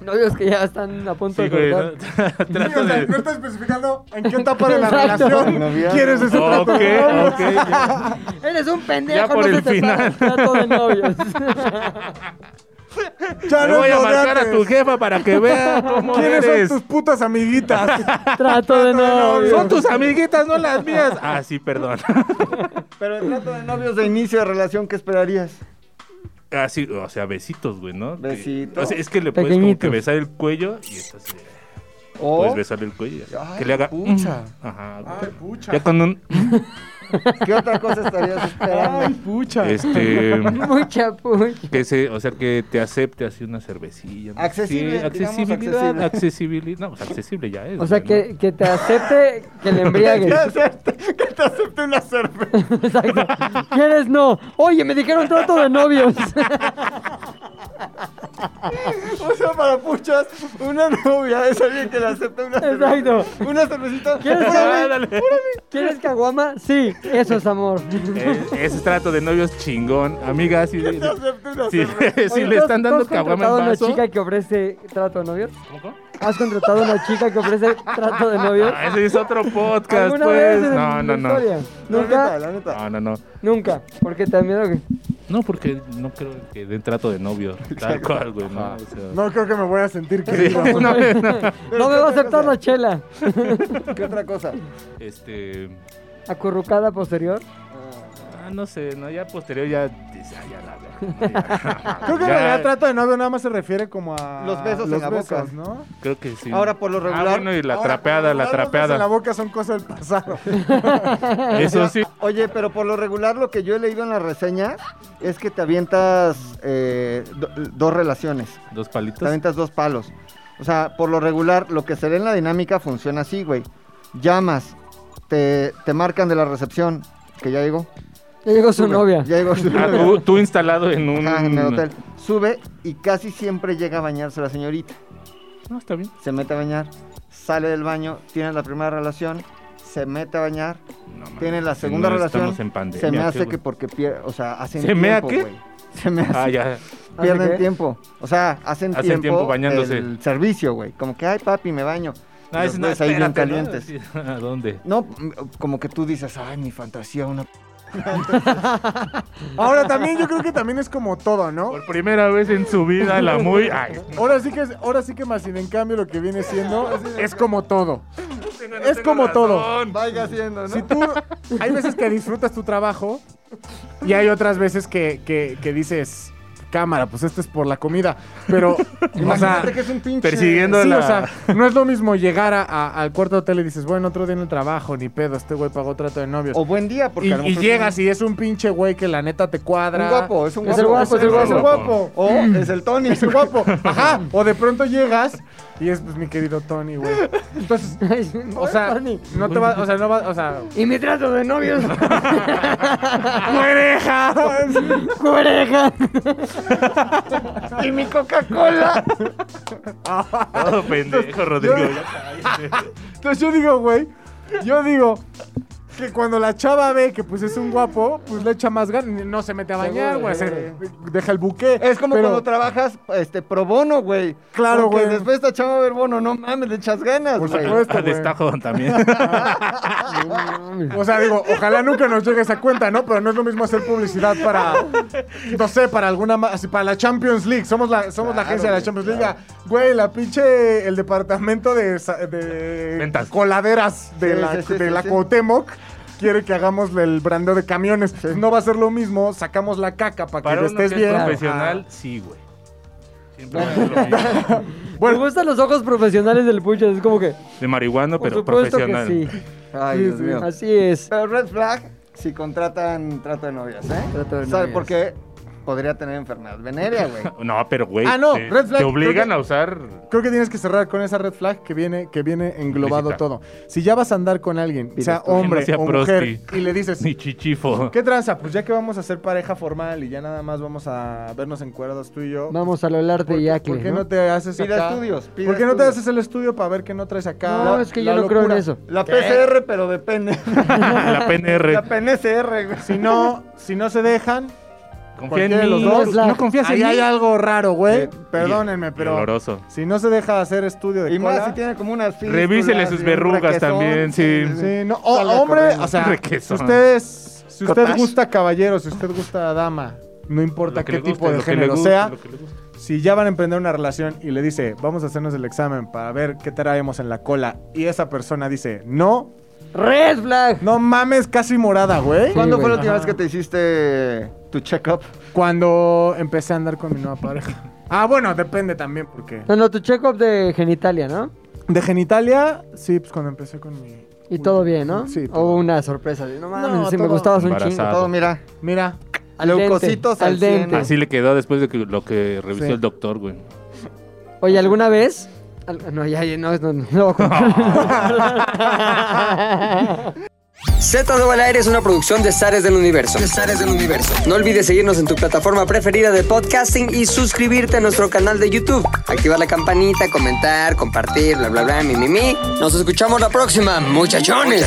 S1: Novios que ya están a punto
S3: Sí,
S1: de
S3: güey.
S1: cortar.
S3: ¿no? Trato
S4: o sea,
S3: de.
S4: no está especificando en qué etapa de la
S1: Exacto.
S4: relación
S2: Noviazgo.
S4: quieres ese trato.
S3: Ok, ok. ya.
S1: Eres un pendejo,
S3: Ya por
S1: no
S3: el
S1: se te para el
S3: final.
S1: trato de novios.
S4: Ya
S3: Te
S4: no
S3: voy
S4: es
S3: a
S4: lo de
S3: marcar a
S4: antes.
S3: tu jefa para que vea cómo
S4: ¿Quiénes
S3: eres.
S4: son tus putas amiguitas?
S1: trato de novios.
S3: Son tus amiguitas, no las mías. Ah, sí, perdón.
S2: Pero el trato de novios de inicio de relación, ¿qué esperarías?
S3: Así, Ah, o sea, besitos, güey, ¿no? Que-
S2: Besito.
S3: o sea, es que le puedes como que
S1: Pequeñitos.
S3: besar el cuello y estás. eh,
S2: O-
S3: Puedes besarle el cuello. y así,
S2: Ay,
S3: que le haga.
S2: pucha.
S3: "Mm". Ajá, güey.
S4: Ay, pucha.
S3: Ya con un.
S2: ¿Qué otra cosa estarías esperando?
S4: Ay, pucha.
S3: Este.
S1: Mucha pucha.
S3: que se, o sea, que te acepte así una cervecilla. ¿no?
S2: Accesible,
S3: Sí,
S2: digamos,
S3: accesibilidad.
S2: accesible.
S3: Accesibilidad. No, pues accesible ya es.
S1: O sea,
S3: güey, ¿no?
S1: que, que te acepte que le embriagues.
S2: que te acepte una cerveza.
S1: Exacto. ¿Quieres no? Oye, me dijeron trato de novios.
S2: O sea, para puchas, una novia es alguien que le acepta una cerveza.
S1: Exacto.
S2: Una cervecita.
S1: ¿Quieres,
S3: Ah,
S1: caguama?
S3: dale.
S1: ¿Quieres caguama? Sí, eso es amor.
S3: Eh, ese trato de novios chingón. Amiga, si,
S2: te acepte una
S3: si-
S2: cerveza.
S3: si
S1: Oye,
S3: le
S1: ¿tú has-
S3: están
S1: tú
S3: dando
S1: has
S3: caguama
S1: contratado
S3: en
S1: a una
S3: vaso.
S1: chica que ofrece trato de novios?
S3: ¿Cómo?
S1: ¿Has contratado a una chica que ofrece trato de novios?
S3: Ah, ese es otro podcast,
S1: ¿Alguna vez
S3: pues.
S1: en
S3: No, no,
S1: la
S3: no.
S1: historia?
S2: La neta,
S1: Nunca,
S2: Ah, la neta.
S3: No, no, no.
S1: nunca. Porque te da miedo que...
S3: No, porque no creo que den trato de novio. Tal cual, güey. No, o sea.
S4: No creo que me voy a sentir querido.
S3: No,
S1: No me va a aceptar la chela.
S2: ¿Qué otra cosa?
S3: Este.
S1: Acurrucada posterior.
S3: Ah, no sé, no, ya posterior ya. dices, "Ay, ya la verga, ya".
S4: Creo que en
S3: Ya,
S4: realidad trato de novio nada más se refiere como a...
S2: Los besos en la boca.
S4: ¿no?
S3: Creo que sí.
S2: Ahora, por lo regular-
S3: Ah, bueno, y la
S4: Ahora,
S3: trapeada, la
S4: los besos en la
S3: trapeada.
S4: boca son cosas del pasado.
S3: Eso sí.
S2: Oye, pero por lo regular lo que yo he leído en la reseña es que te avientas eh, do- dos relaciones.
S3: Dos
S2: Te
S3: palitos.
S2: aventas dos palos. O sea, por lo regular, lo que se ve en la dinámica funciona así, güey. Llamas, te, te marcan de la recepción, que ya llegó.
S1: Ya llegó su
S2: Sube,
S1: novia.
S2: Ya llegó su
S3: Ah,
S2: novia.
S3: tú, tú instalado en un.
S2: Ajá, en el hotel. Sube y casi siempre llega a bañarse la señorita.
S3: No, está bien.
S2: Se mete a bañar, sale del baño, tiene la primera relación, se mete a bañar,
S3: No, mames,
S2: tiene la
S3: si
S2: segunda
S3: no
S2: relación.
S3: Estamos en pandemia.
S2: se me
S3: ¿qué,
S2: hace
S3: güey?
S2: que porque pier- o sea, hacen
S3: ¿Se mea
S2: tiempo,
S3: qué?
S2: güey. Se me hace
S3: Ah, ya.
S2: pierden
S1: qué?
S2: tiempo. O sea, hacen,
S3: Hacen tiempo bañándose.
S2: El servicio, güey. Como que, ay, papi, me baño.
S3: No,
S2: Y
S3: es
S2: los
S3: no,
S2: ves ahí bien
S3: espérate, ¿no?
S2: calientes.
S3: Sí, ¿A dónde?
S2: No, mm, como que tú dices, ay, mi fantasía, una. p-".
S4: Ahora también yo creo que también es como todo, ¿no?
S3: Por primera vez en su vida, la muy. Ay,
S4: Ahora sí que es- ahora sí que más sin en cambio lo que viene siendo es, es como todo. Es como todo.
S2: Vaya siendo, ¿no?
S4: Si tú hay veces que disfrutas tu trabajo y hay otras veces que, que- que dices cámara, pues esto es por la comida, pero o sea,
S2: Imagínate que es un pinche.
S3: Persiguiendo
S4: sí,
S3: la.
S4: o sea, no es lo mismo llegar a- a- al cuarto hotel y dices, bueno, otro día en el trabajo, ni pedo, este güey pagó trato de novios.
S2: O buen día, porque
S4: y,
S2: a lo
S4: y
S2: mejor
S4: llegas y es un pinche güey que la neta te
S2: es un
S4: cuadra.
S2: guapo, es un
S1: Es
S2: guapo.
S1: el guapo, es el guapo.
S3: guapo.
S2: O es el Tony.
S4: Es el guapo. Ajá. O de pronto llegas y es pues mi querido Tony, güey. Entonces, o sea, no te va, o sea, no va, o sea,
S1: Y mi trato de novios.
S2: Ah,
S4: ¡Oreja!
S1: ¡Cuereja!
S2: Y mi Coca-Cola.
S3: Todo pendejo, Rodrigo. Ah,
S4: Entonces yo digo, güey, yo digo que cuando la chava ve que pues es un guapo, pues le echa más ganas, no se mete a bañar, güey, se- deja el buque.
S2: Es como
S4: pero-
S2: cuando trabajas este, pro bono, güey.
S4: Claro,
S2: Porque
S4: güey.
S2: Después esta chava va a ver bono, no mames, le echas ganas,
S4: Por
S2: güey.
S4: supuesto.
S3: A destajo también.
S4: O sea, digo, ojalá nunca nos llegue esa cuenta, ¿no? Pero no es lo mismo hacer publicidad para, no sé, para alguna, ma- así, para la Champions League. Somos la, somos la
S2: Claro,
S4: agencia de la
S2: güey,
S4: Champions League. Güey, la pinche, el departamento de, sa- de
S3: Ventas.
S4: coladeras de
S2: Sí,
S4: la,
S2: sí, sí,
S4: de
S2: sí,
S4: la
S2: sí.
S4: Cuauhtémoc quiere que hagamos el brandeo de camiones. No va a ser lo mismo, sacamos la caca para,
S3: Para
S4: que
S3: uno
S4: estés
S3: que es
S4: bien.
S3: profesional, sí, güey.
S4: Ah,
S3: Siempre voy a hacer lo mismo.
S1: Bueno. Me gustan los ojos profesionales del Puchas, es como que.
S3: De marihuana,
S1: Por
S3: pero
S1: supuesto
S3: profesional.
S1: que sí.
S2: Ay,
S4: Sí,
S2: Dios
S4: sí.
S2: mío.
S1: Así es.
S2: Pero red flag si contratan trato de novias, ¿eh?
S1: Trato de
S2: ¿Sabe
S1: novias.
S2: por qué? Podría tener enfermedad venérea, güey.
S3: No, pero güey.
S4: Ah, no,
S3: te,
S4: red flag,
S3: te obligan
S4: creo que-
S3: a usar.
S4: Creo que tienes que cerrar con esa red flag que viene, que viene englobado
S3: Implícita.
S4: todo. Si ya vas a andar con alguien,
S1: Diles
S4: sea
S1: tú.
S4: hombre
S3: Que no sea
S4: o mujer,
S3: prosti.
S4: y le dices,
S3: Ni chichifo.
S4: ¿qué tranza? Pues ya que vamos a ser pareja formal y ya nada más vamos a vernos encuerados tú y yo.
S1: Vamos a lo largo
S4: ¿Por,
S1: de
S4: qué-
S1: Yacle.
S4: por qué
S1: ¿no?
S4: no, te haces
S2: Pida
S4: acá?
S2: estudios, pida
S4: ¿Por qué no te
S2: estudios.
S4: haces el estudio para ver qué no traes acá?
S1: No, es que yo no creo en eso.
S2: La PCR, pero de pene.
S3: La PNR.
S2: La PNCR, güey.
S4: Si no, si no se dejan,
S3: Confía
S4: cualquiera
S3: en
S4: de los
S3: mí.
S4: dos.
S3: No confías en
S4: ahí
S3: mí.
S4: hay algo raro, güey.
S2: Sí.
S4: Perdónenme,
S3: Y- y
S4: pero
S3: oloroso.
S4: si no se deja hacer estudio de
S2: Y más si
S4: cola...
S2: tiene como unas fístulas
S3: Revísele sus
S2: y un
S3: verrugas
S2: braquezón.
S3: también, sí.
S4: Sí, no, o-
S2: Salga
S4: hombre,
S2: corriendo.
S4: o sea,
S3: Requesón.
S4: si ustedes, si usted
S2: Cottage.
S4: gusta caballero, si usted gusta dama, no
S3: Lo
S4: importa
S3: que
S4: qué
S3: le guste,
S4: tipo de
S3: lo que le
S4: género
S3: guste,
S4: sea,
S3: lo que le guste.
S4: si ya van a emprender una relación y le dice, vamos a hacernos el examen para ver qué traemos en la cola, y esa persona dice, no,
S1: ¡Red flag!
S4: no mames, casi morada, güey.
S1: Sí.
S2: ¿Cuándo fue la
S1: güey.
S2: última
S1: Ajá.
S2: vez que te hiciste tu check-up?
S4: Cuando empecé a andar con mi nueva pareja. Ah, bueno, depende también, porque...
S1: No, no, tu check-up de genitalia, ¿no?
S4: De genitalia, sí, pues cuando empecé con mi...
S1: Y todo bien, ¿no?
S4: Sí, todo
S1: Hubo una sorpresa. de, No mames,
S4: No,
S1: si me
S4: todo-
S1: gustabas un chingo.
S3: Embarazada.
S2: Todo, mira.
S4: Mira,
S1: Al dente,
S2: Leucocitos al
S1: al dente.
S2: cien.
S3: Así le quedó después de que lo que revisó
S4: Sí.
S3: el doctor, güey.
S1: Oye, ¿alguna vez? Al- No, ya, ya, no, no, no, no.
S7: Z de al aire es una producción de Zares del Universo. del Universo. No olvides seguirnos en tu plataforma preferida de podcasting y suscribirte a nuestro canal de YouTube. Activar la campanita, comentar, compartir, bla, bla, bla, mi, mi, mi. Nos escuchamos la próxima, muchachones.